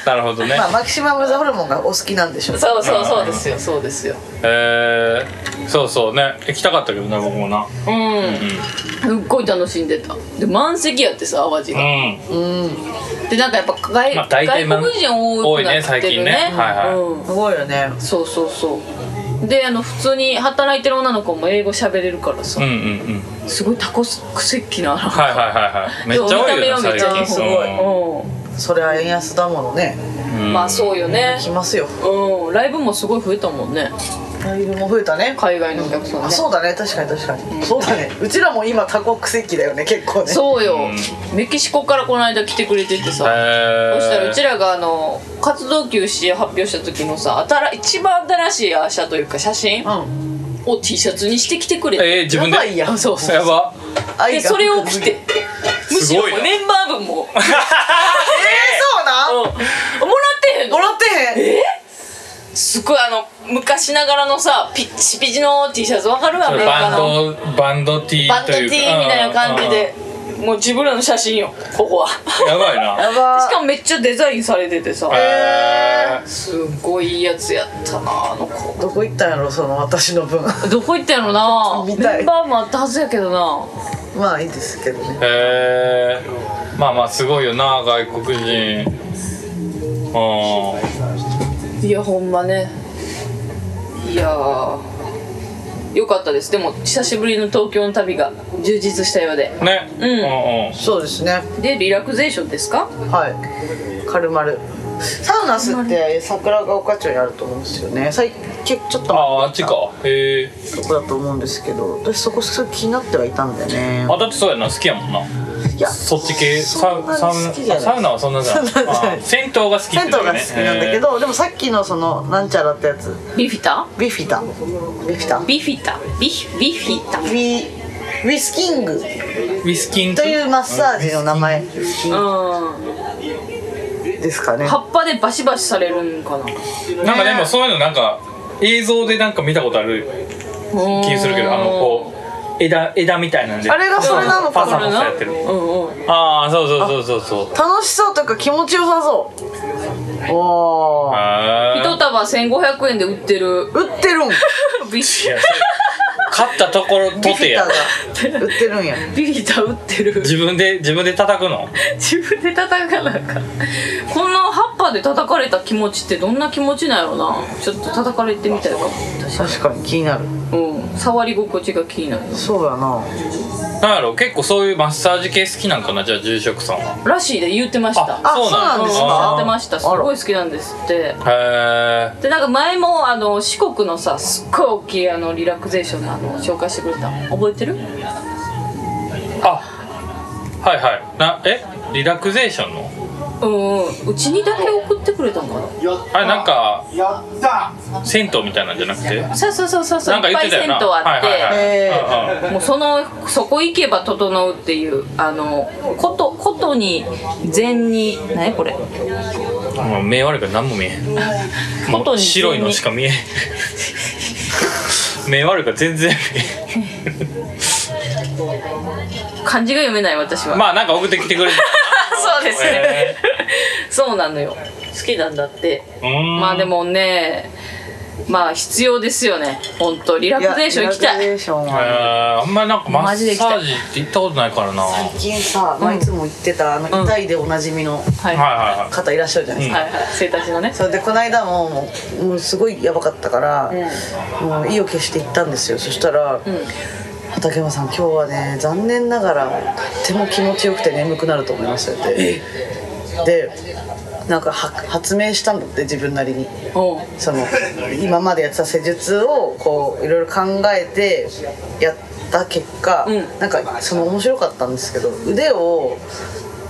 なるほどね、
まあ、マキシマム・ザ・ホルモンがお好きなんでしょうね
そうそうそうですよそうですよ
えー、そうそうね行きたかったけどね僕もな
うんすっごい楽しんでたで満席やってさ淡路
う
が、
ん
でなんかやっぱ外,、
まあ大体ま
外国人多くなってるね
多いね最近ねはいはい
うん
すごいよね
そうそうそうであの普通に働いてる女の子も英語喋れるからさ
うんう、んうん
すごいタコスクセッキな
はいはいはいはいめっちゃ
見
多いよ
た目はめ
ね
っちゃ
最近
すごい
うん、
それは円安だものね
うん
まあそうよね
来ますよ
うんライブもすごい増えたもんね
うイルも増えたね
海外のお客さんね、
あそうだね確かに確かに、そうだねうちらも今多国籍だよね結構ね
そうよ、メキシコからこの間来てくれててさ、そしたらうちらがあの活動休止発表した時のさ新一番新しいアーシャというか写真
うん
を T シャツにしてきてくれて、
えー、自分で
やばいやん
あそうそう
やば
愛
で
が
それ を着てむしろ
すごいな
メンバー分も、うん、もら
えー、そうなん
ってへんの
もらってへん
すごいあの昔ながらのさピッチピチの T シャツわかるわメーカー
バン
の
ドバンド T
バンド
と
T
いうか
みたいな感じでもう自分らの写真よここはし
うんうんやばいな
や ば
かもめっちゃデザインされててさ
えー
すごいいいやつやったなあの子
どこ行ったんやろその私の分
どこ行ったんやろな
見たい
メンバーもあったはずやけどな
まあいいですけどね
えー、まあまあすごいよな外国人う
いやほんまねいやーよかったですでも久しぶりの東京の旅が充実したようで
んね
うん
うん
そうですね
でリラクゼーションですか
はい軽々サウナスって桜ヶ丘町にあると思うんですよね最近ちょっと
あああっちかへえ
とこだと思うんですけど私そこすごい気になってはいたんだよね
あだってそうやな好きやもんない
や
そっち系サ
そん
ウ
なに
サウ
好きじゃない
サウナはそんなじゃない
そんなじゃない
あー銭湯が好きって
銭湯が好きなんだけ
ど
ど、でもさっきのそのなんちゃらってやつ
ビフィタ
ビフィタビフィタ
ビフィタビフビフィタ
ウィウィスキング
ウィスキン
というマッサージの名前
うん
ですかね
葉っぱでバシバシされるんかな
なんかでもそういうのなんか映像でなんか見たことある気するけどあのこう枝枝みたいなんで
あれがそれなのか
パサ
な
パサやってる
うんうん
ああそうそうそうそうそう
楽しそうというか気持ちよさそうおー
へー
一束1500円で売ってる
売ってるん
ビ
い
フ
や勝ったところと
ビフ
て
ィタ
や
が売ってるんや
ビフィタ売ってる
自分で自分で叩くの
自分で叩かなんかこの葉っぱで叩かれた気持ちってどんな気持ちなんやろなちょっと叩かれてみたいかも確
確かに気になる
かにうん触り心地が気になる
そうやな
なんやろ結構そういうマッサージ系好きなんかなじゃあ住職さんは
らしいで言ってました
あ
そうなん
そうなんです
うん
か
やってましたす
あら
ごい好きなんですって
へえ
でなんか前もあの四国のさすっごい大きいあのリラクゼーションのあの紹介してくれたの覚えてる
あはいはいなえリラクゼーションの
うんうんうちにだけ送ってくれたのかな
あれなんか
やった
銭湯みたいなんじゃなくて
そうそうそうそうそう
なんか
いっ
言っ
ぱ
て
い
た
銭
よ
湯あ
な
って、
え
はいはいはいうんうん
もうそのそこ行けば整うっていうあのことことに禅に何これ
もう目悪いから何も見えへんも
こと
う
に
白いのしか見えへん目悪いから全然見え
漢字が読めない私
へ
は、
んまあなんか送ってきてくれ て
そうですね、
え
そうなのよ好きなんだって
うーん
まあでもねまあ必要ですよね本当リラ
いや
クゼーション行きた
リラクゼ
い
ーション
え
は
ーあんまりなんかマ
マジで
ッ
行きた
サ
い
ージって行ったことないからなはい
最近さ、まあ、いつも行ってたあの
うん
痛いでおなじみの
はいは
はいはい
方いらっしゃるじゃないです
い
か、
はい生態師のね
それでこの間ももうもうすごいやばかったから、もう意を決して行ったんですよそしたら、畠山さん今日はね残念ながらとっても気持ちよくて眠くなると思いますってでなんかは発明したんだって自分なりに
おう
その今までやってた施術をこういろいろ考えてやった結果、
うん
なんかその面白かったんですけど腕を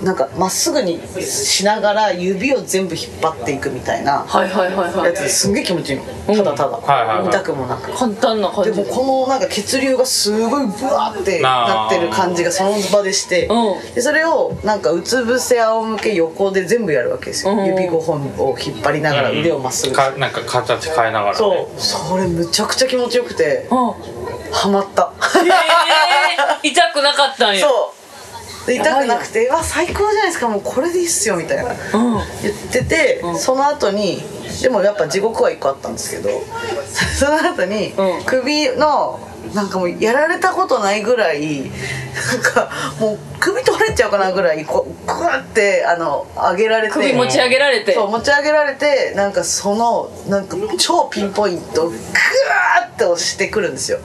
なんかまっすぐにしながら指を全部引っ張っていくみたいな
はいはいはいは
や
い
つですんげえ気持ちいいのただただ、
はいはいはい
痛くもなく。
簡単な感
で
じ
もこのなんか血流がすごいブワーってなってる感じがその場でして、
うん
でそれをなんかうつ伏せ仰向け横で全部やるわけですよ、
うん
指5本を引っ張りながら腕をまっすぐにして
かなんか形変えながらね
そうそれむちゃくちゃ気持ちよくて
うん
ハマった、
えー、痛くなかったんや
そうで痛くなくて「うわ最高じゃないですかもうこれでいいっすよ」みたいな
うん
言ってて、その後にでもやっぱ地獄は1個あったんですけど その後に、
うん
首のなんかもうやられたことないぐらいなんかもう首取れちゃうかなぐらいこうグワってあの上げられて
首持ち上げられて
そう持ち上げられてなんかそのなんか超ピンポイントをグワーって押してくるんですよ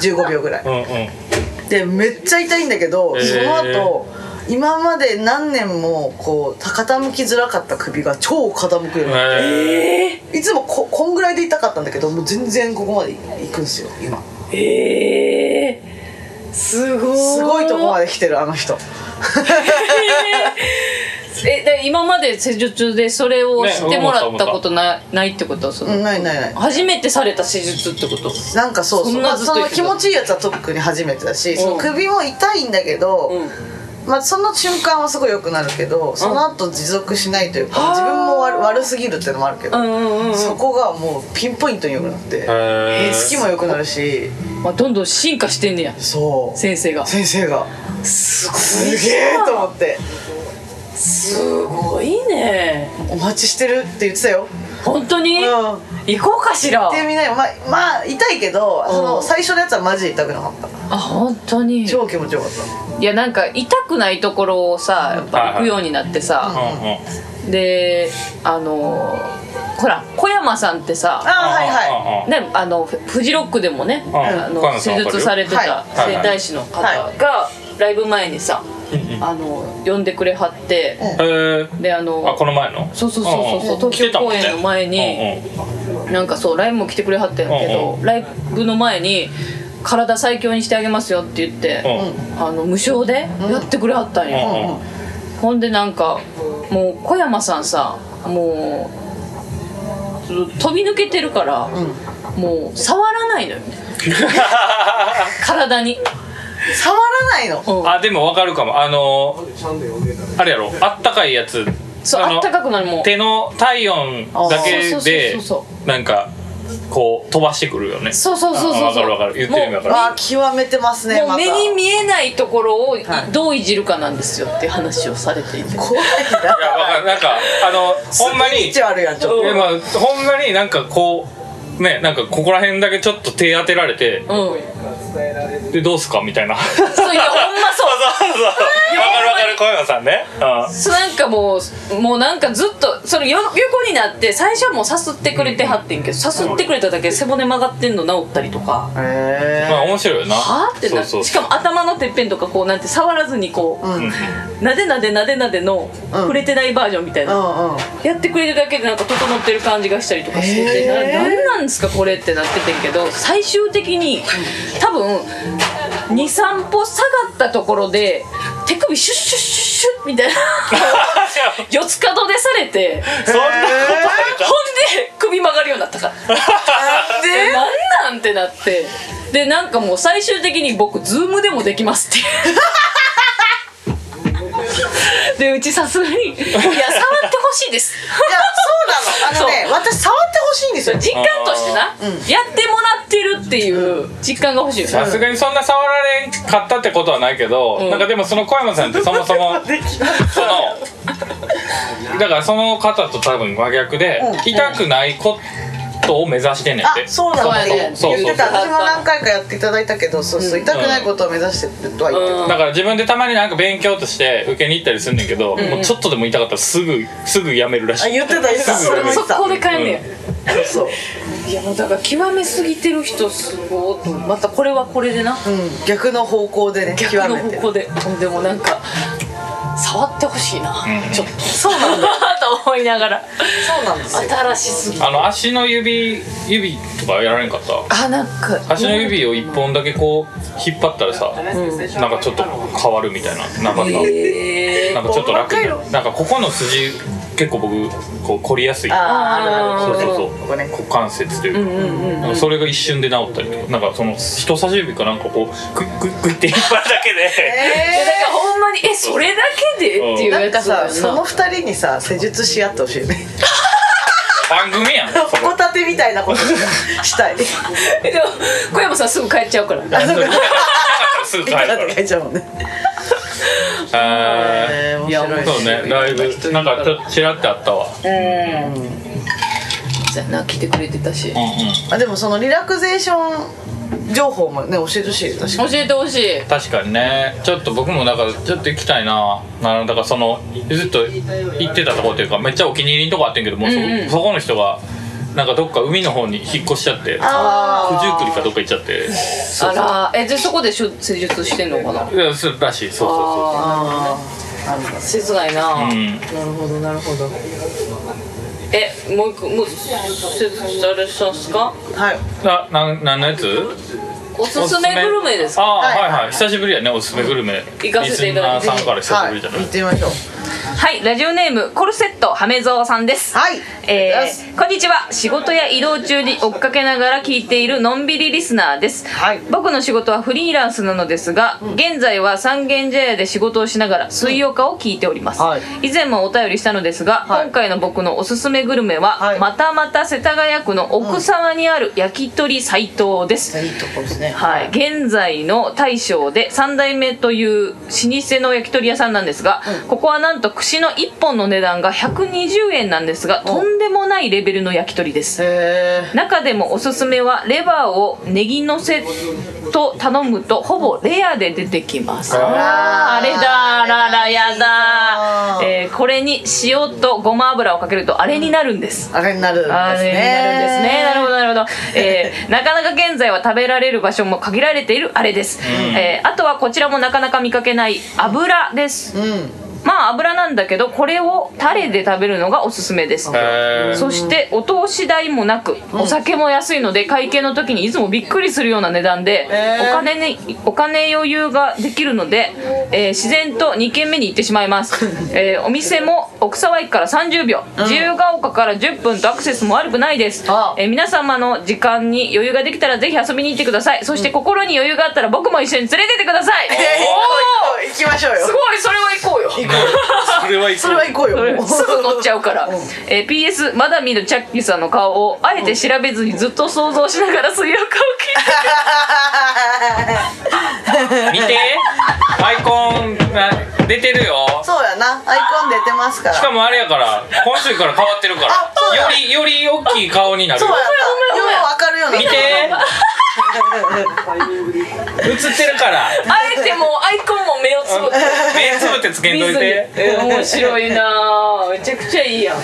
15秒ぐらい
うんうん
でめっちゃ痛いんだけど、
へー
その後今まで何年もこう傾きづらかった首が超傾くようになっ
え
え
ていつもここんぐらいで痛かったんだけどもう全然ここまで行くんですよ今
ー、えー、すごい
すごいとこま
で
で来てるあの人
えで今まで施術でそれを知ってもらったことな,、ないってことはその、
うんないないない
初めてされた施術ってこと
なんかそうそう
そん
ま
な
あ
ずっと
そ
言っ
の
てた
気持ちいいやつは特に初めてだし、その
うん
首も痛いんだけど、まあ、その瞬間はすごい良くなるけどその後持続しないというか、
はあ
自分も悪悪すぎるっていうのもあるけど、
うんうんうんうん
そこがもうピンポイントに良くなって、
え
好きも良くなるし
まあ、どんどん進化してんねや
そう
先生が
先生が
す
すげえと思って
すごいね
「お待ちしてる」って言ってたよ、
本当
う
に、
ん、
行こうかしら
でみんなよまあまあ痛いけど、そうの
ん
最初のやつはマジで痛くなかった
あ本当に
超気持ちよかった
いやなんか痛くないところをさやっぱ行くようになって
う
さ、
んうん
であのーほら小山さんってさ
ああはいはい
い
ね、あのフフジロックでもね、
ん
あ
小
の
山さ
施
んわかる
術されてた
はい
はいはい
整体師の方がライブ前にさ、
うんうん
あの呼んでくれはって、
へえ
であの
あこの前の
そうそうそうそうそう東京公演の前になんかそうライブも来てくれはったんやけど、
うんう
ライブの前に「体最強にしてあげますよ」って言って、あの無償でやってくれはったんよ、ほんでなんかもう小山さんさもうちょっと飛び抜けてるから、もう触らないのよね体に、
触らないの
うん
あでもわかるかもあのあれやろあったかいやつ
そう
の
あったかくなるもん
手の体温だけで
あーそうそうそうそ
なんかこう飛ばしてくるよね
そうそうそうそう
あわかるわかる言ってる意味わかる
わあ極めてますね
もう
また
目に見えないところをい
はい
どういじるかなんですよっていう話をされていて
怖い
いやわかる
な
なんかあのほんまに
一応あるやんちょっ
いやまあほんまになんかこうねなんかここら辺だけちょっと手当てられて
うん
でどうすかみたいな
そういやほんまそう
そうそうわかるわかる小山さんねう
そうなんかもうもうなんかずっとそれよ横になって最初はもうさすってくれてはってんけどさすってくれただけで背骨曲がってんの治ったりとか
とへ
んまあ
え
面白いよな
はあってな
そうそう
しかも頭のてっぺんとかこうなんて触らずにこう、
うんうんうん
なでなでなでなでの
うん
触れてないバージョンみたいな、やってくれるだけでなんか整ってる感じがしたりとかしてて、
へー
ななんなんですかこれってなっててんけど最終的に多分23歩下がったところで手首シュッシュッシュッシュッみたいな 四つ角でされて
そんなことされ
ほんで首曲がるようになったから
なん
え
で
なんなんってなってでなんかもう最終的に僕ズームでもできますっていう でうちさすがに「いや触ってほしいです」
いやそうなのあのね私触ってほしいんですよ
実感としてな、やってもらってるっていう実感が欲しいよ
さ
ね
すがにそんな触られんかったってことはないけど、
ん
なんかでもその小山さんってそもそも そのだからその方と多分真逆で、
うん
痛くないことを目指してんねん
あ
って、
そうなのって言
そうそうそう
ってた私も何回かやっていただいたけどそうそう痛くないことを目指してるとは言って
うん
だから自分でたまになんか勉強として受けに行ったりすんねんけど、もうちょっとでも痛かったらすぐすぐやめるら
たあ
しい
言ってた言ってた
す
そ
ぐ
れも言って
そ
た
こで帰んねや、
そう
いやもうだから極めすぎてる人すごいと思うまたこれはこれでな
うん逆の方向でね極
逆の
めて
方向ででもなんか触ってほしいな、ちょっとそうなんだ と思いながら
そうなんですよ
新しすぎ
あの足の指指とかやられんかった
あなんか
足の指を一本だけこう引っ張ったらさ、なんかちょっと変わるみたいななんかった、
え
なんかちょっと楽になるなんかここの筋結構僕こう凝りやすい
あああるある
そうそうそう
ここね
股関節というか、なんかそれが一瞬で治ったりとかなんかその人差し指かなんかこうクイックイックイって引っ張るだけ で、
ー、だ
え
からほんまにえそれだけでって
ー
いう
なん
や
か
つだよ
さその二人にさ施術し合ってほしいね
番組やんそれ
ホタテみたいなことしたい
でも小山さんすぐ帰っちゃうから
あそう か
すぐ帰
い
る
か
から
って書いちゃうもんね
らへ
えー面
いや
白
ー
い
そうねライブなんかちょっとちらってあったわうん
そうやな来てくれてたし教
うん
あでもそのリラクゼーション情報もね教えてほしい確かに
えてほしい
確かにねちょっと僕もだからちょっと行きたいなあのだからそのずっと行ってたところというかめっちゃお気に入りのとこあってんけどもうそ,、
うんうん
そこの人がなんかどっか海の方に引っ越しちゃって九十九里かどっか行っちゃって
あらえでそこでしゅ施術してんのかない
やそうらしいそうそうそう
あ
あなんだ切ないな、
うん
なるほどなるほど
えもう一個もう説あれしたんすか
はい
あなんなんのやつ
おすすめグルメです
あ
か
あ
はい
はいはい久しぶりやねおすすめグルメ
行かせていただいて
リスナーさんから久しぶりじゃない
はい、行ってみましょう
はい、ラジオネームコルセットハメゾウさんです。
はいあり
え
がとうございます
ー、こんにちは仕事や移動中に追っかけながら聞いているのんびりリスナーです、
はい
僕の仕事はフリーランスなのですが、現在は三軒茶屋で仕事をしながら水曜化を聞いております、
はい
以前もお便りしたのですが、
はい
今回の僕のおすすめグルメは、
はい
またまた世田谷区の奥沢にある焼き鳥斎藤です、
いいとこですね
はい、現在の大将で3代目という老舗の焼き鳥屋さんなんですが、ここはなんと串の1本の値段が120円なんですが、とんでもないレベルの焼き鳥です、
へー
中でもおすすめはレバーをネギのせと頼むとほぼレアで出てきます
ら
あれだあららやだ
あ、れ
えーこれに塩とごま油をかけるとあれになるんです、
あれになるんですね
あれになるんですね。なるほど、なるほど。え ーなかなか現在は食べられる場所も限られているあれです。えーあとはこちらもなかなか見かけない油です。
うん
まあ油なんだけど、これをタレで食べるのがおすすめです。
へー
そしてお通し代もなく、お酒も安いので会計の時にいつもびっくりするような値段で、
へー
お金にお金余裕ができるので、えー自然と2軒目に行ってしま います、えーお店も奥沢駅から30秒、自由が丘から10分とアクセスも悪くないです、
あ
えー皆様の時間に余裕ができたらぜひ遊びに行ってくださいそして心に余裕があったら僕も一緒に連れてってください、
えー
お
行こう行こう行きましょう
ー
よ
すごいそれは行こうよ
それは行
それは行こうよ もう
すぐ乗っちゃうから
ん、
えー PS まだ見るチャッキーさんの顔をあえて調べずにずっと想像しながら水曜顔を 聞い
見 てアイコンが出てるよ
そうやなアイコン出てますから
しかもあれやから今週から変わってるから
あそうだ
よりより大きい顔になる
そうや
ごめん
なよう分かるように
見
な
て映ってるから
てあえてもうアイコンも目をつぶって
目つぶってつけんといて
え面白いなぁめちゃくちゃいいやん
い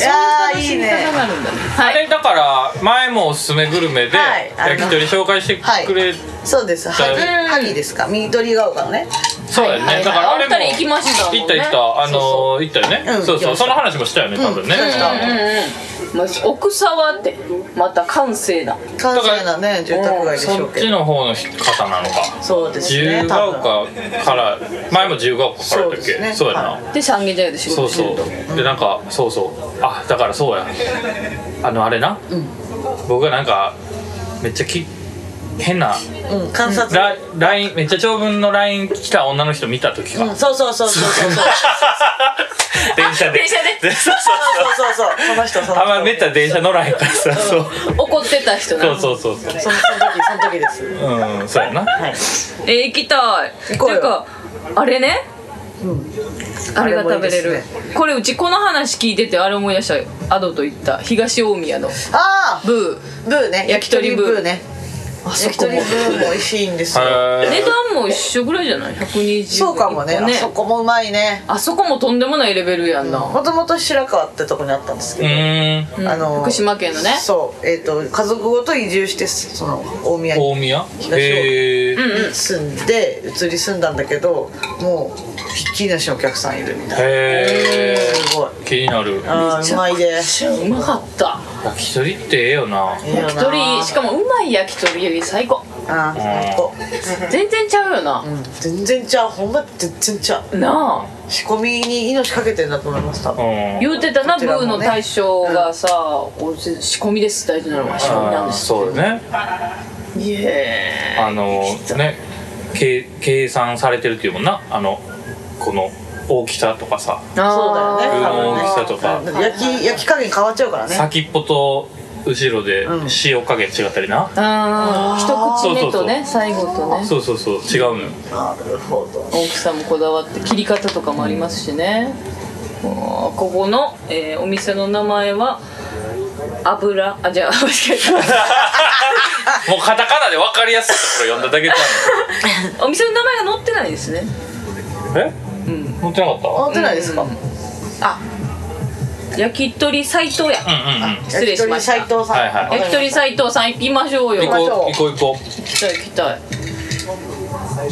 やーいいね
なるんだね
あれだから前もおすすめグルメで
はいあの
焼き鳥紹介して
はい
くれ
そうです萩萩ですかミニトリが丘のね
そうや
はいは
ね
い
だからあれも
あお二人行きましたもんね
行った行ったあのー行ったよ
う
ね
ん
そう
行き
そう
ました
その話もしたよね多分ね
うんうんまあ奥沢ってまた閑静な
完成なね住宅街でしょ
そうっ
け
ち
ど
の方の方なのか
そうです
自
ね
由
多
が
分
丘から前も自由が丘からだ
そ
っ
うです
け
ね
そうや
は
ない
で三軒茶屋で仕事
そう
して
そ
ると
うでなんかそうそうあだからそうやあのあれな僕がなんかめっちゃき変な
うん観察
ララインめっちゃ長文の LINE 来た女の人見た時が
うんそうそうそうそうそうそう
電車で
電車で
そうそう
そうそうそうその人その人
あんまめったら電車乗らへんからさそう
怒ってた人な
そうそうそうそう
そのその時その時です
うんそうやな
えー行きたい
行こうよ
てかあれねあれが食べれ
あれ
る
もいいです
これうちこの話聞いててあれ思い出したよアドと言った東大宮の
あー
ブ
ブーね
焼き鳥ブー
ね
ーあそ
焼き鳥ブーも美味しいんですよ
値
へ
段も一緒ぐらいじゃない120
そうかもね
一個
あそこもうまいね
あそこもとんでもないレベルやんな、
もともと白川ってとこにあったんですけど
えうーん
あの
福島県のね
そうえっ、と家族ごと移住してその大宮に
大
大
宮
宮
へえへ
住んで移り住んだんだけどもうひっきりなしのお客さんいるみたい
え
なすごい
気になる
あーうまいで
うまかった
焼き鳥ってええよな
焼き鳥しかもうまい焼き鳥より最高
あー最高
全然ちゃうよな、
うん全然ちゃうほんま全然ちゃう
なあ
仕込みに命かけてんだと思います多
う
分
ん
言うてたな、
こち
ブ
らも
ーの
ね
大将がさ、おせ仕込みです大事なのは仕込みなん
あー
です
そうだね
イエ
あのね計計算されてるっていうもんなあのこの大きさとかさ
ーイあ
そうだよね
具
多
の
分ね
大きさとか
うん焼き焼き加減変わっちゃうからね
先っぽと後ろで
うん
塩加減違ったりな、
あ
あ
ー一口目とね最後とね
そうそうそう違うのよ
なるほど
大きさもこだわって切り方とかもありますしね、もうここの、えーお店の名前は油あじゃあ 間違え
もうカタカナで分かりやすいところ読んだだけじ
たお店の名前が載ってないですね
ゃんえ、うん、乗ってなかった
持ってないですか、
あ焼き鳥斎藤や
うんうんうん
失礼しました
焼き鳥斎藤さん、
はいはい
焼き鳥斎藤さん行きましょうよ
行
行
まし
こ
ょ
う
う
行こう行こう
きたい行きたい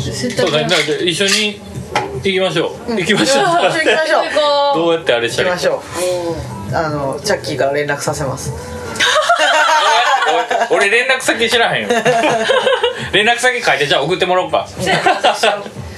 そうだねだから一緒に行きましょう行きましょ
行
う
きまし ょう
どうやってあれした
行きま
らいい
しょうあのチャッキーから連絡させます
おい俺連絡先知らへんよ連絡先書いてじゃあ送ってもらおうか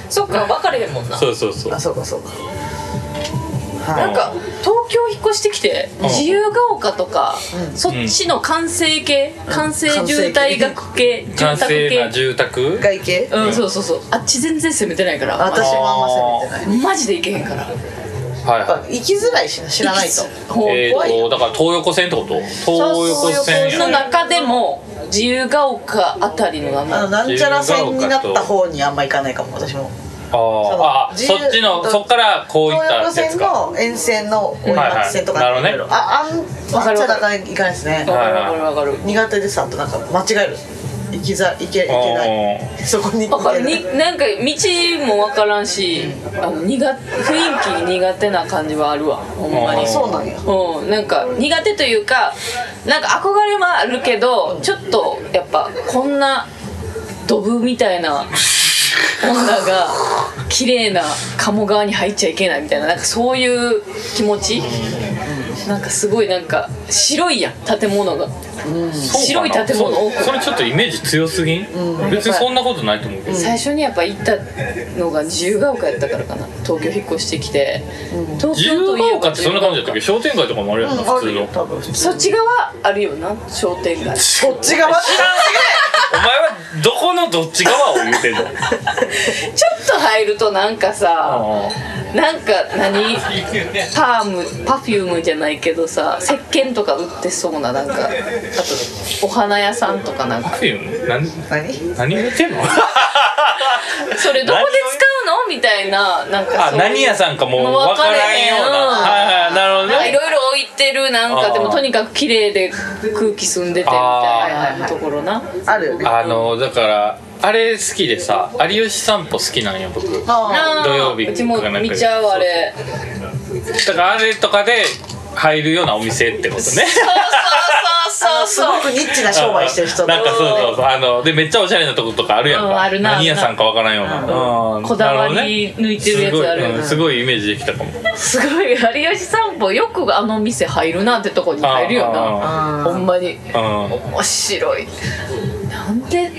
そっか分かれへんもんな
そうそうそう
あそうかそうかは
なんか東京引っ越してきて
ん
自由が丘とか、
うん
そっちの完成系完成住宅系住
完
宅
成な
系
住宅
い外形
うんそうそうそうあっち全然攻めてないから
私もあんま攻めてない
マジで行けへんから
はい
やっ
は
ぱ行きづらいしな知らないと
ほん
い
と
えーとだから東横線ってこと東横線
の
や
中でも自由が丘あたりの名
あ
前
のなんちゃら線になった方にあんま行かないかも私も
あーあ
自由
そっちのそっからこういっ
東
たや
横
つ
線
か
の沿線の大山線とか
はいはいなるほどね
ああん
わか
あっ
る
ちゃな
わかる
かなか行かないですね
わかる
はい
わかるわかる
苦手でさあとなんか間違える行きざ行け行けないそこに行
わか
け
る
ない
になんか道もわからんしあの苦雰囲気に苦手な感じはあるわほんま
あ
に
ー
そうなんや
うん、なんか苦手というかなんか憧れもあるけどちょっとやっぱこんなドブみたいな女が綺麗な鴨川に入っちゃいけないみたいななんかそういう気持ちなんかすごいなんか白いやん建物が
そう
白
か
い
な
建物多く
そうそれちょっとイメージ強すぎん、別にそんなことないと思うけど、
最初にやっぱ行ったのが自由が丘やったからかな東京引っ越してきて東
自
京
由
とい
が
えば
丘ってそんな感じだったっけ商店街とかもあるやんな、
うんあ
普通
る
の
よ多分こ
そっち側あるよな商店街
っち側
お前はどこのどっち側を言うてんの
ちょっと入るとなんかさ
あ
なんか何パームパフュームじゃないけどさ石鹸とか売ってそうななんかあとお花屋さんとかなんか
あフィルム何
何
何言ってんの
それどこで使うのみたいななんか
あ
そういう
何屋さんかもう
もう
分
分
か
からら
ん
へん
ようなはいはいなるほど
なんかい
ね
ろいろ置いてるなんかで
あ
も
ー
とにかく綺麗で空気澄んでてみたいなところな
あるよね
あのだからあれ好きでさ有吉散歩好きなんよ僕だ
あ
なあ
土曜日
うちも
かなんかで
見ちゃうあれ
からあれとかで入るようなお店ってことね
そうそうそう
す
そう
ごくニッチな 商売してる人
なんかそうそうそうあのでめっちゃおしゃれなとことかあるやんか、
うんあるな
何屋さんかわからんような、うん
こだわり抜いてるやつあるよな
すごい,、うん、すごいイメージできたかも
すごい有吉散歩よくあの店入るなってとこに入るよな
あ
ほんまに
なうん
面白いなんで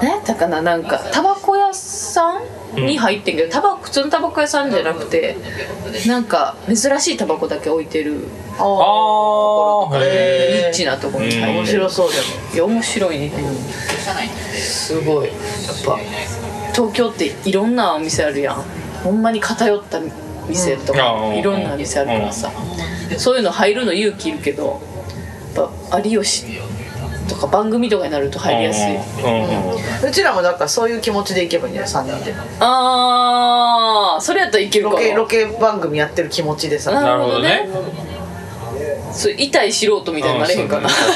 何やったかななんかタバコ屋さんに入ってんけどタバコ普通のタバコ屋さんじゃなくてなんか珍しいタバコだけ置いてる
あ
ああ
へ
ニ
え
ッチなとこに入
面
ってる
白そうでも
いや面白いねすごいやっぱ東京っていろんなお店あるやんほんまに偏った店と
うん
かいろんな店あるからさそういうの入るの勇気いるけどやっぱ有吉とか番組とかになると入りやすい
うんうん
うちらもだからそういう気持ちで行けばいいんじゃない3人で
あーそれやったらいけるか
ロ
も
ケロケ番組やってる気持ちでさ
な
な
る
る
ほ
ほ
ど
ど
ね
ね
そう痛い素人みたいになれへんかな
うんそう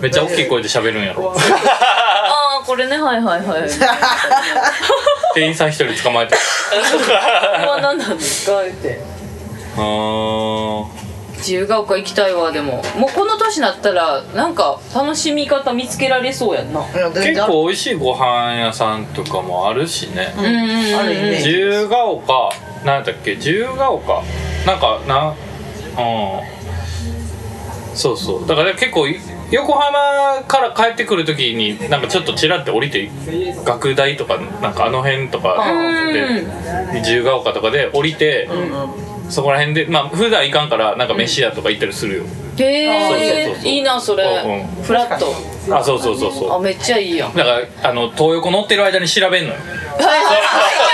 めっちゃ大きい声で喋るんや ろ
あーこれねはいはいはい
店員さん一人捕まえて
これは何なんですかって
うーん
自由が丘行きたいわでももうこの年になったらなんか楽しみ方見つけられそうやんな
うん全
結
然
構美味しいご飯屋さんとかもあるしね、
うんうんうん
あるイメー
自
ジ
由が丘なんだっけ自由が丘なんかなうんそうそうだから結構い横浜から帰ってくる時になんかちょっとちらって降りて学大とかなんかあの辺とか
うん
で自由が丘とかで降りて、そこら辺でまあ普段行かんからなんか飯屋とか行ったりするよ、
へ
そうそうそうそ
え
う
いいなそれ
うん
フラット
あそうそうそうそ
あ
う
めっちゃいいやん
だから あの東横乗ってる間に調べんのよ
はいはい
そう
は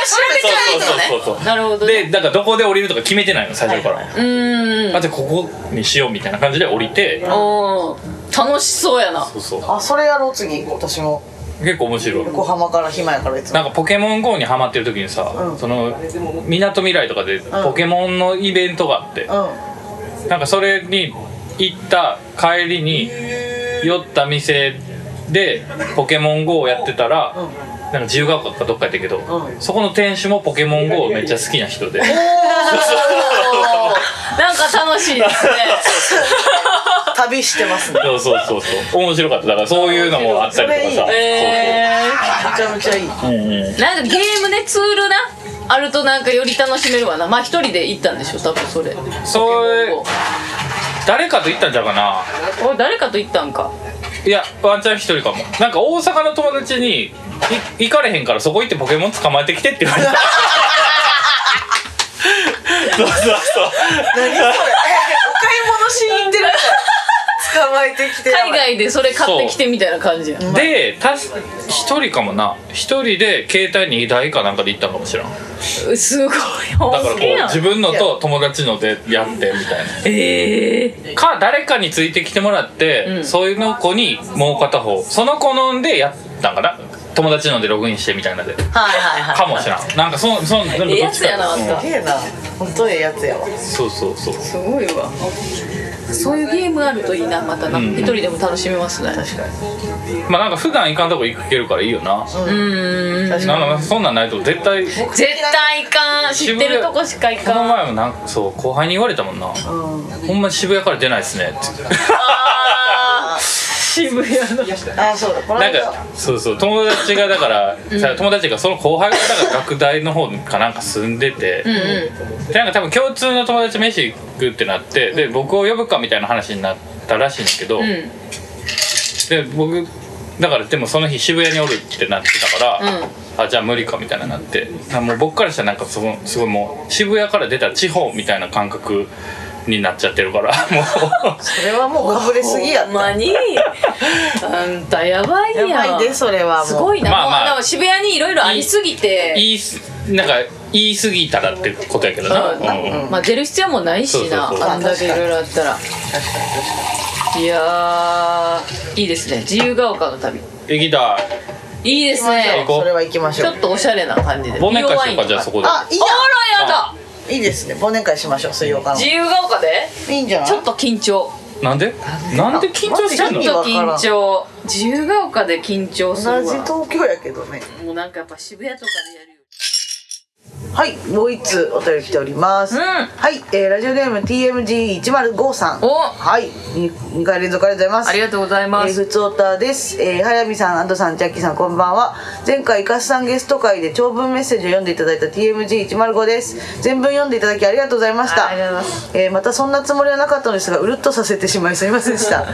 そう
い調
そう
べちゃいいの
そう
ねなるほどね
でだからどこで降りるとか決めてないの最初から、
うーん
あじゃあここにしようみたいな感じで降りて、
おー楽しそうやな
そうそう
あそれやろう次私も
結構面白い
横浜から暇やからいつ
な
も
んかポケモン GO にハマってる時にさ、
うん
そのみなとみらいとかでポケモンのイベントがあって、
う
なんかそれに行った帰りに酔った店でポケモン GO をやってたら、
ん
なんか自由が丘かどっかやったけど、
うん
そこの店主もポケモン GO めっちゃ好きな人で
おーなんか楽しい ですね
旅してますね
そうそうそうそう面白かっただからそういうのもあったりとかさ
それいい
え
めちゃめちゃいい
そうそううんうん
ーなんかゲームでツールなあるとなんかより楽しめるわなまあ一人で行ったんでしょ多分それ
それ
ポケモン GO
誰かと行ったんちゃうかな
おい誰かと行ったんか
いやワンちゃん一人かもなんか大阪の友達にい行かれへんからそこ行ってポケモン捕まえてきてって言われた
何
そうそうそう
それえお買い物しに行ってるみたい捕まえてきて
海外でそれ買ってきてみたいな感じやん
でたし一人かもな一人で携帯に台かなんかで行ったんかもしれんだか
うすごい
らこ
好き
う
やん
自分のと友達のでやってみたいな
ええ
か誰かについてきてもらって、
ん
そういうの子にもう片方その子のんでやったんかな友達のでログインしてみたいなで
はいはいはい
かもしれんなんかそんそんなん
ええ
ど
や
っ
つ
ちか
やなあんた
すげえな本当ええやつやわ
そうそうそう
すごいわそういうゲームあるといいなまたな
うん
一人でも楽しめますね確かに
まあなんか普段行かんとこ行けるからいいよな、
うん
確
なん
か
かそんなんないと絶対こ
絶対いかん知ってるとこしかい
の
かん
前もなんかそう後輩に言われたもんな、ほんま渋谷から出ないっすねって
あー渋谷の
にあそうだこの
なん
間
かそうそう友達がだから、さ友達がその後輩がだから学大の方かなんか住んでて、でなんか多分共通の友達飯行くってなってで僕を呼ぶかみたいな話になったらしいんだけど、
ん
で僕だからでもその日渋谷におるってなってたから、あじゃあ無理かみたいななってあもう僕からしたらなんかすごいすごいもう渋谷から出た地方みたいな感覚になっちゃってるから もう。
それはもうかぶれすぎやっ
ほん
た
まにあんたやばいや
や
ん
ばいでそれはもう
すごいな、
まあ
もう
まあ
でも渋谷にいろいろありすぎて
言いすなんか言い過ぎたらってことやけどな、
うん
うん
まあ出る必要もないしな
そうそうそう
あんだけいろいろあったらいやーいいですね自由が丘の旅
行きた
いいです
最
ね
高
それは行きまし
ち
ょ
ょ
う
っとおしゃれな感じで
い忘年会し
美容ワイン
よう
と
かじゃあそこで
あいい
あらやだ
やいいですね忘年会しましょう水曜館
自由が丘で
いいんじゃない
ちょっと緊張
なんでなんで緊張してん
ちょ
の
っ
マジ
と緊張自由が丘で緊張するわ
同じ東京やけどね
もうなんかやっぱ渋谷とかでやるよ
はいもう一通お便り来ております、
うん
はい、えー、ラジオネーム TMG105 さん
お
はいに二回連続ありがとうございます
ありがとうござい
え
ま
ー、
す
ふつおたです、えー、早見さん、安藤さん、ジャッキーさん、こんばんは。前回、イカスさんゲスト会で長文メッセージを読んでいただいた TMG105 です。全文読んでいただきありがとうございました。
ありがとうござい
えーまたそんなつもりはなかったのですが、うるっとさせてしまいすみませんでした。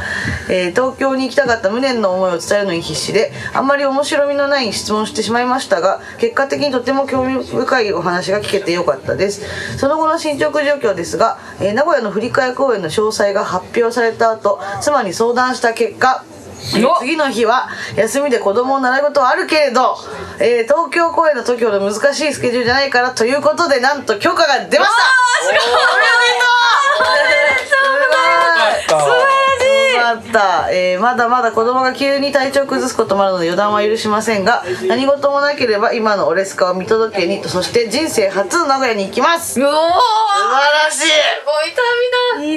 えー東京に行きたかった無念の思いを伝えるのに必死で、あんまり面白みのない質問をしてしまいましたが、結果的にとても興味深いお話が聞けてよかったです。その後の進捗状況ですが、えー名古屋の振り替え公演の詳細が発表された後、妻に相談した結果、
お
次の日は休みで子供の習い事はあるけれど、えー東京公演の時ほど難しいスケジュールじゃないからということでなんと許可が出ましたおめでとう
素
よかった、えーまだまだ子供が急に体調崩すこともあるので予断は許しませんが何事もなければ今のオレスカを見届けにとそして人生初の名古屋に行きます
うおー
素晴らし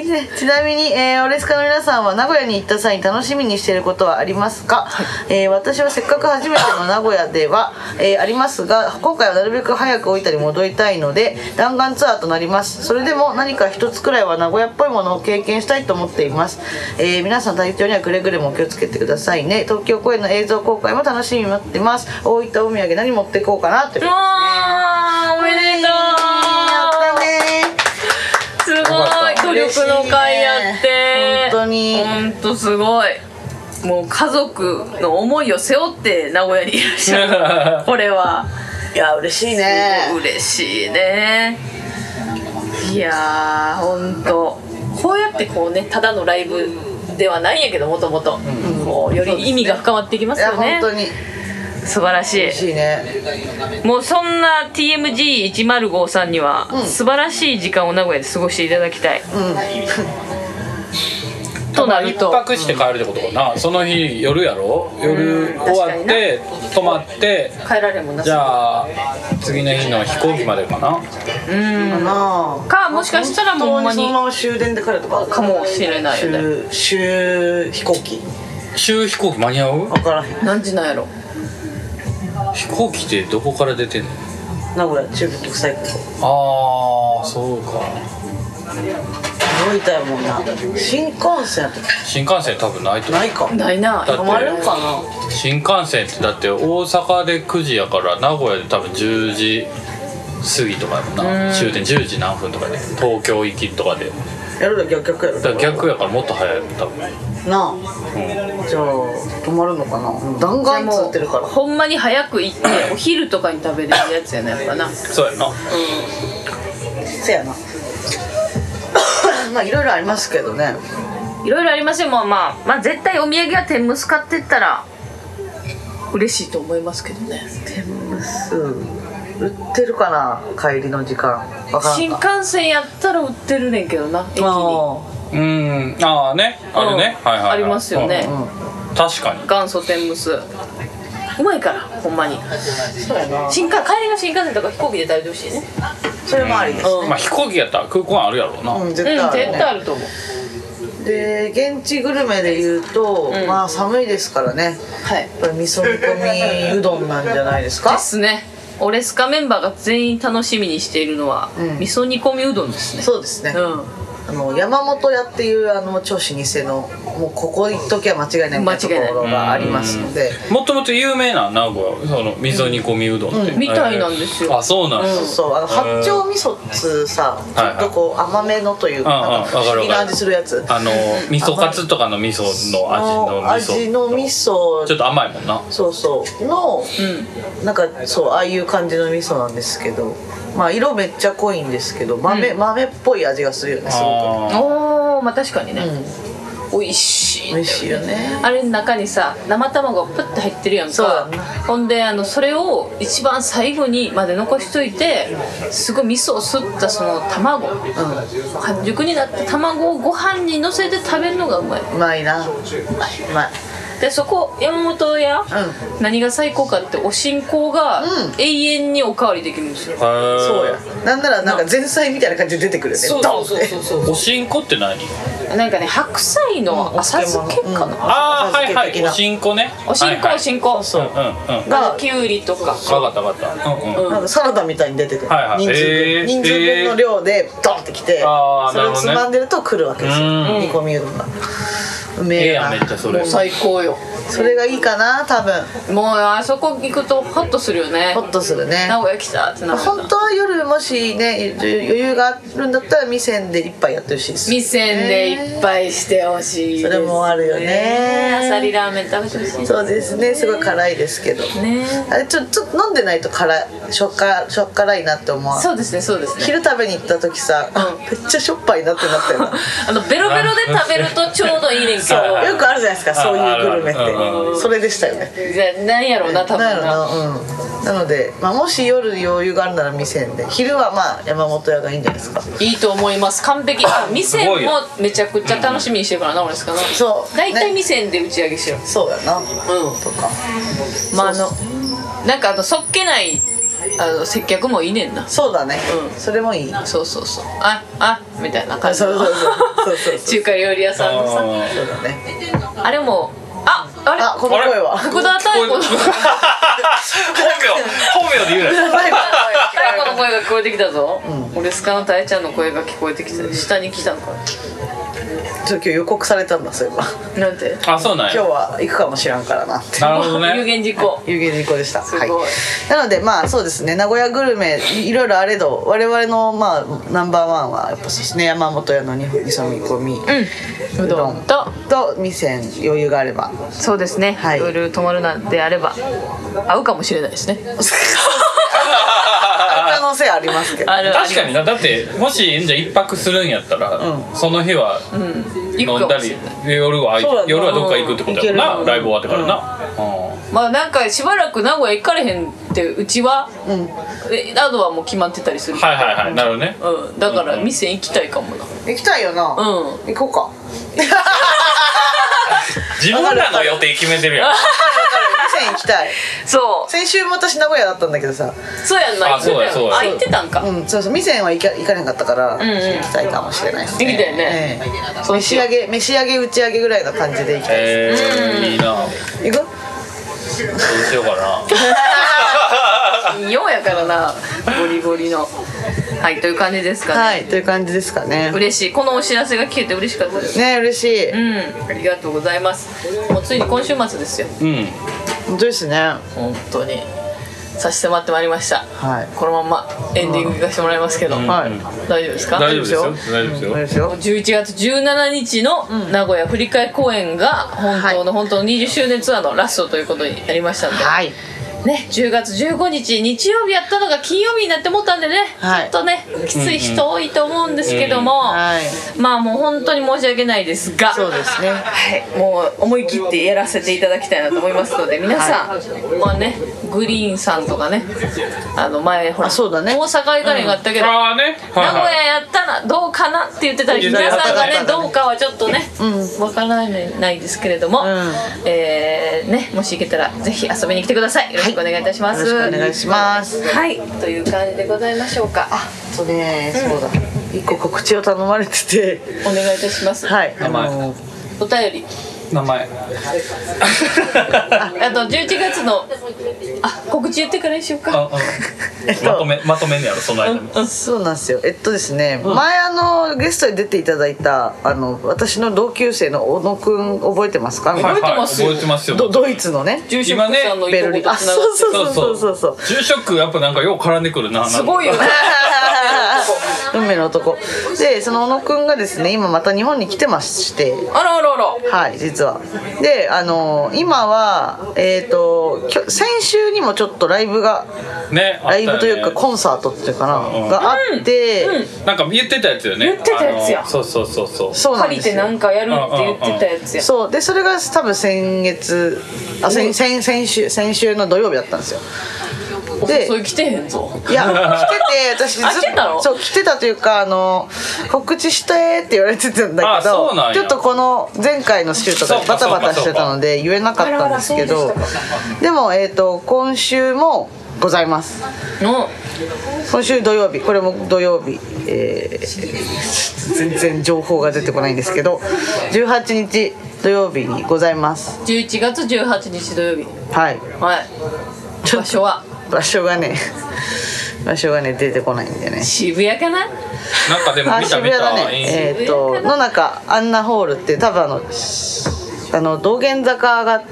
い
すごい旅だ
いいねちなみに、えーオレスカの皆さんは名古屋に行った際に楽しみにしていることはありますか、えー私はせっかく初めての名古屋では、えーありますが今回はなるべく早く大分に戻りたいので弾丸ツアーとなりますそれでも何か一つくらいは名古屋っぽいものを経験したいと思っています、えー皆さん体調にはくれぐれもお気をつけてくださいね東京公演の映像公開も楽しみに待ってます大分お土産何持っていこうかなって
うわーおめでと
や
う
ったねー
すごい努力の会やって
嬉しいね
本当すごいもう家族の思いを背負って名古屋にいらっしゃ るこれはい
や嬉しいね
すごい嬉しいねいやー本当こうやってこうねただのライブではないんやけどもともとこうより意味が深まってきま
い
す
や
よね
本当に
素晴らしい
嬉しいね
もうそんな TMG105 さんには素晴らしい時間を名古屋で過ごしていただきたい、
となる
一
と
泊して帰るってことかな、その日夜やろ夜終わって泊まって
帰られんもんな
じゃあ次の日の飛行機までかな
かな
かもしかしたらもうほんま
その
に
まま終電で帰るとかある
かもしれないよね
終終飛行機
週飛行機間に合う
分からへん
何時なんやろ
飛行機ってどこから出てんの
名古屋中部国際空港
ああそうか
動いたやもんな新幹線とか
新幹線多分ないと思う
ないか
ないな
だって
泊まれるかな
新幹線ってだって大阪で9時やから名古屋で多分10時過ぎとかやもんな終点10時何分とかで東京行きとかで
やるだ逆逆やろ
だから逆やからもっと早いよ多分
な
うん
あじゃあ止まるのかな弾
じゃあ
丸
も
つってるから
うほんまに早く行って お昼とかに食べれるやつやなやっぱな
そうやな
せやなまあいろいろありますけどね
いろいろありますよもうまあまあ絶対お土産は天むす買ってったら
嬉しいと思いますけどね
天むす売ってるかな帰りの時間わからん
新
か
幹線やったら売ってるねんけどな駅に
あ
うんああねあるね、
うん
はいはい、はい、
ありますよね
あうん
うん確かに
元祖天むすうまいからほんまに
そうやな
新幹帰りの新幹線とか飛行機で食べてほしいね
それもありです
まあ飛行機やったら空港あるやろうな、
うん絶
うん
対あ
絶
るね
対あると思う
で現地グルメで言うと、まあ寒いですからね
はい
やっぱり味噌煮込みうどんなんじゃないですか
ですねオレスカメンバーが全員楽しみにしているのは、
うん
味噌煮込みうどんですね
そうですね、あの山本屋っていうあの超老舗のもうここ行っときゃ間違いないみたいなと
間違いない
ころがありますので、
もともと有名な名古屋その味噌煮込みうどんって、
うんみたいなんですよ
あそうなんです、
そうそうあの八丁味噌っつうさちょっとこう甘めのというか
うんうん
なんか不思議な
わかるわかる
味するやつ
あの味噌カツとかの味噌の味の味噌
味の味
ちょっ
噌
と甘いもんな
そうそうの、なんかそうああいう感じの味噌なんですけどまあ色めっちゃ濃いんですけど豆,、豆っぽい味がするよねすご
あ
おーまあ確かに
く、
ね、
う
美味しい
ん、美味しいよね
あれの中にさ生卵がプッと入ってるやん
そうだ
か
ね
ほんであのそれを一番最後にまで残しといてすごい味噌を吸ったその卵半熟になった卵をご飯にのせて食べるのがうまいう
まいなうまい
でそこ山本屋、
う
何が最高かってお新香が
うん
永遠におかわりできるんですよ、
ー
そうやなんならなんか前菜みたいな感じで出てくるよねドンって
そう
おしんこって何
なんかね白菜の浅漬けかな、
うん
ああ
浅
は
漬
い
け的
はい
な
おしんこね
お新香、
はいはい
お新香
うんうんうん
がきゅうりとか
分かった分かったうんうん
なんかサラダみたいに出てくる、
はいはい
人数分、
えー
人数分の量でドンってきて、
あー
それをつまんでると来るわけですよ、
なるほど
煮込みうどんがうめ
ええ
え
やん
な
めっちゃそれ
もう最高よ
それがいいかな多分
もうあそこ行くとホッとするよね
ホッとするね
名古屋来たってなるよな
本当は夜もしね余裕があるんだったら店で一杯やってほしいです
店でいっぱいしてほしいです、ね、
それもあるよね
あさりラーメン食べてほしいです
そうですねすごい辛いですけど
ね
あれちょちょっと飲んでないと辛いしょっかしょっ辛いなって思わん
そうですねそうですね
昼食べに行った時さ、めっちゃしょっぱいなってなったよな
あのベロベロで食べるとちょうどいいねんけ
はい
ど
はい
よくあるじゃないですかそういうグルメっ
あるあるうん
てそれでしたよね
じゃあ何やろうな多分
なる
な
なうんなので、まあ、もし夜余裕があるなら店で昼はまあ山本屋がいいんじゃないですか
いいと思います完璧あ店
すごい
も
よ
めちゃくちゃ楽しみにしてるからな俺ですかな
そう
大体
ね
店で打ち上げしてる
そうやな
う
とか
んまああのなんかあのそっけないあの接客もいいねんな
そうだね、
うん
それもいい
そうそうそうああみたいな
そ
感
う
じの
そうそうそうそうそう
中華料理屋さんのさ
あ
そうだね
あれもああれ
あこの声は
あ
福田
ー
太
本
鼓の
名本名で言うなよ
太鼓の声が聞こえてきたぞ、俺スカのたえちゃんの声が聞こえてきた下に来たのか
ちょっと今日予告されたんだそういえば
ななんて
あそうなん
今
や
日は行くかもしらんからなって
なるほど
有
ね
言実行
有言実行でした
すごい
はい、なのでまあそうですね名古屋グルメいいろいろあれど我々のまあナンバーワンはやっぱそうですね山本屋の日本味噌煮込み、う
うどんと
と店余裕があれ ば
そうですね、
はい
いろいろ泊まるなんであれば合うかもしれないですね
可能性ありますけど
ある
確かになだってもしじゃあ一泊するんやったら、
う
その日は飲んだり、夜は
そうだな
夜はどっか行くってことや
う
も
ん
んなライブ終わってからな、うん
まあなんかしばらく名古屋行かれへんってうちは、
うん
えなどはもう決まってたりする、
はいはいはいなるほどね
うん、だから店行きたいかもな
行きたいよな、
う
行 こうか
自分らの予定決めてるやん
店行きたい
そう
先週も私名古屋だったんだけどさ
そうやんな
あそうやそうや
あ行ってたんか、
うんそうそう店は行か行かれなかったから、
んうん
行きたいかもしれないです
行きたいね、
ええ召し上げ召し上げ打ち上げぐらいの感じで行きたいで
えー、いいなど
す、行く
うしようかな
金曜やからなゴリゴリのはいという感じですかね、
はいという感じですかね
嬉しいこのお知らせが聞けて嬉しかったです
ね嬉しい、
うんありがとうございますもうついに今週末ですよ
うん
本当ですね
本当に差し迫ってまいりました
はい
このまんまエンディング行かせてもらいますけど、
うん
はい
大丈夫ですか
大丈夫ですよ
大丈夫
大丈夫です
あれ
よ
ですよ
11月17日の名古屋振り替え公演が本当の本当の20周年ツアーのラストということになりましたんで、
はい
ね、10月15日日曜日やったのが金曜日になってもったんでね、
はい
ちょっとねきつい人多いと思うんですけども、
はい
まあもう本当に申し訳ないですが
そうですね
はい、もう思い切ってやらせていただきたいなと思いますので皆さん、まあねグリーンさんとかねあの前ほら
あそうだね
大阪行かれへんかったけど、
ああね
名古屋
はい
やったらどうかなって言ってたり
うん
皆さんが
や
ね
ったら
どうかはちょっとね、わからないないですけれども、
うん
えーねもし行けたらぜひ遊びに来てくださいよろしくお願いいたしま
よ
す、
ろしくお願いします
はいという感じでございましょうかあ
あとねそうだ一個告知を頼まれてて
お願いいたします、
はいあ
名前
の
お便り
名前
ああと11月のあ告知言ってからにしようか
ああ まとめまとめんねやろその間に
そうなんですよえっとですね、前あのゲストに出ていただいたあの私の同級生の小野くん覚えてますか、
はいはい
覚えてますよ
覚えてますよ
どドイツのね
住職さんの
ベ
いと
ル
こと
リン
つなが
あ
って
そうそうそうそうそうそう
住職やっぱなんかよう絡んでくるな
すごい よね
運命の男でその小野くんがですね今また日本に来てまして
あらあらあら
はい実はであの今はえっ、ときょ先週にもちょっとライブが
ねあった
ラ
よね
イブというかコンサートっていうかな
うん
があって、
なんか言ってたやつよね
言ってたやつや
あのそうそうそうそう
そうなん
借
で
り
す
て
よ
なんかやるって言ってたやつや
そうでそれが多分先月あ先先先週先週の土曜日だったんですよで
それ来てへんぞ
いや来てて私ず
あ来てたの
そう来てたというかあの告知してって言われてたんだ
あ
け
そうな
ど
んや
ちょっとこの前回の週と
そ
か
うか
バタバタしてたので言えなかったんですけ
あら
ど
あら
でもえっ、と今週もございます
の
今週土曜日これも土曜日、えー全然情報が出てこないんですけど18日土曜日にございます
11月18日土曜日
はい
はい場所は
場所がね場所がね出てこないんでね
渋谷かな
なんかでも
あ
見た
渋
見
谷だ
た、
ねえっ、
渋
と
谷か
野中アンナホールって多分あのあの道玄坂上がっ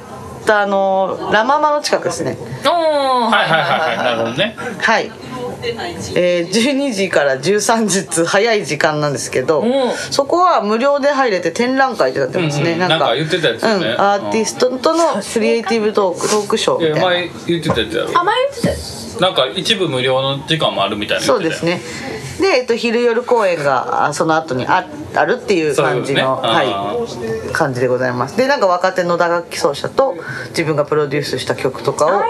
たあのラ・ママの近くですね
おお
はいはいはいはいなるほどね
はい、えー12時から13時って早い時間なんですけど、
ん
そこは無料で入れて展覧会ってなってますね、
うんうんなんか言ってたやつよね
うん、アーティストとのクリエイティブトークトークショー
い
み
や
たいな
前言ってたやつやろ
甘えて
なんか一部無料の時間もあるみたいな
そうですね。で、えっと、昼夜公演があその後にああるっていう感じの、
そういうこと
はい、感じでございますでなんか若手の打楽器奏者と自分がプロデュースした曲とかを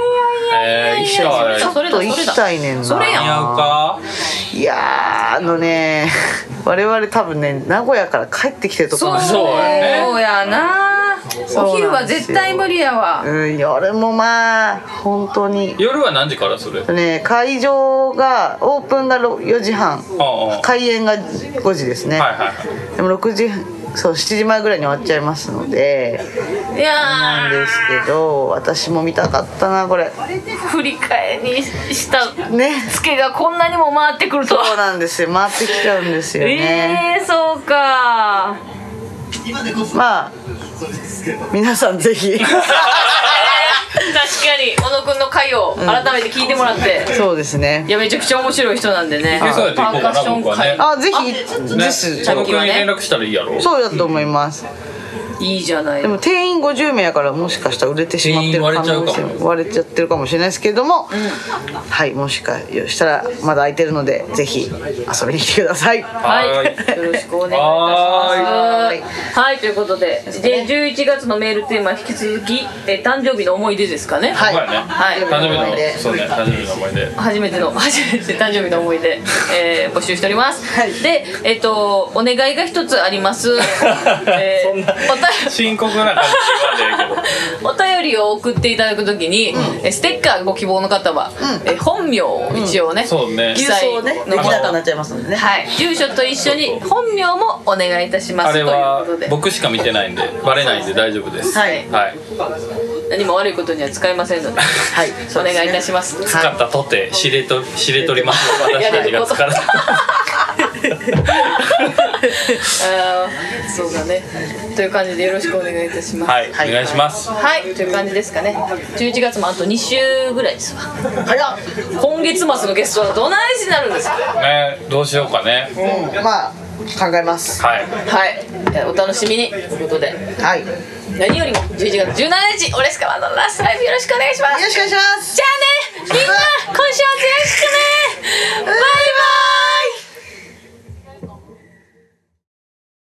えー、石川
ちょ
それ
っ
だ
と
それ
行
だ
きたいねんな
それや
似合うか
いやーあのね 我々多分ね名古屋から帰ってきてるとこなんです
そうやね
そうやな
よ
お昼は絶対無理やわ
うん、夜もまあ本当に
夜は何時からそれあ
ね会場がオープンがろ4時半
あ
開演が5時ですね、
はいはいはい
でも6時そう7時前ぐらいに終わっちゃいますので
いや
なんですけど私も見たかったなこれ
振り返りにした
ね
つけがこんなにも回ってくると
そうなんですよ回ってきちゃうんですよね、
ええー、そう か
まあ皆さんぜひ
確かに小野くんの回を改めて聞いてもらって、
そうですね
いやめちゃくちゃ面白い人なんでね
いけそうやって行こうかな僕はね
あぜひ
ね
です、
小野君に連絡したらいいやろ
そうだと思います、
いいじゃない
でも定員50名やからもしかしたら売れてしまってる可能性も
定員割れちゃうか
割れちゃってるかもしれないですけども、はいもしかしたらまだ空いてるのでぜひ遊びに来てください
は
はい
ーい
よろしくお願いいたします。はい、ということで、で、11月のメールテーマ引き続き、えー誕生日の思い出ですかね。
はい
そうやね、
はい
誕生
思い
日
出
のそうね誕生日の思い出
初めての 初めて誕生日の思い出、えー募集しております、
はい
でえっ、とお願いが一つあり ます、えー
そんな
おた
深刻な感じ言わねえけど
お便りを送っていただくときに、えステッカーご希望の方は、え本名を一応ね、
そうね
郵送をね
記載
できなくなっちゃいますのでね
はい、住所と一緒に本名もお願いいたしま
あ
すとい
れ
う
は
ことで
僕しか見てないんでバレないんで大丈夫です
はい
はい
何も悪いことには使いませんので、
はい
お願いいたします。
す
使ったとて知れと知れとります 私たちが疲れた
あー
そうだねという感じでよろしくお願いいたします
はい、
はい
お願いします。
はいという感じですかね
11月もあと2週ぐらいですわ
早っ
今月末のゲストはどないしになるんですか
ね、どうしようかね。
うんまあ考えます
はい。
はいえーお楽しみにということで
はいよ
何よりも11月17日俺スカワのラストライブよろしくお願いします
ろしくお願いします
じゃあね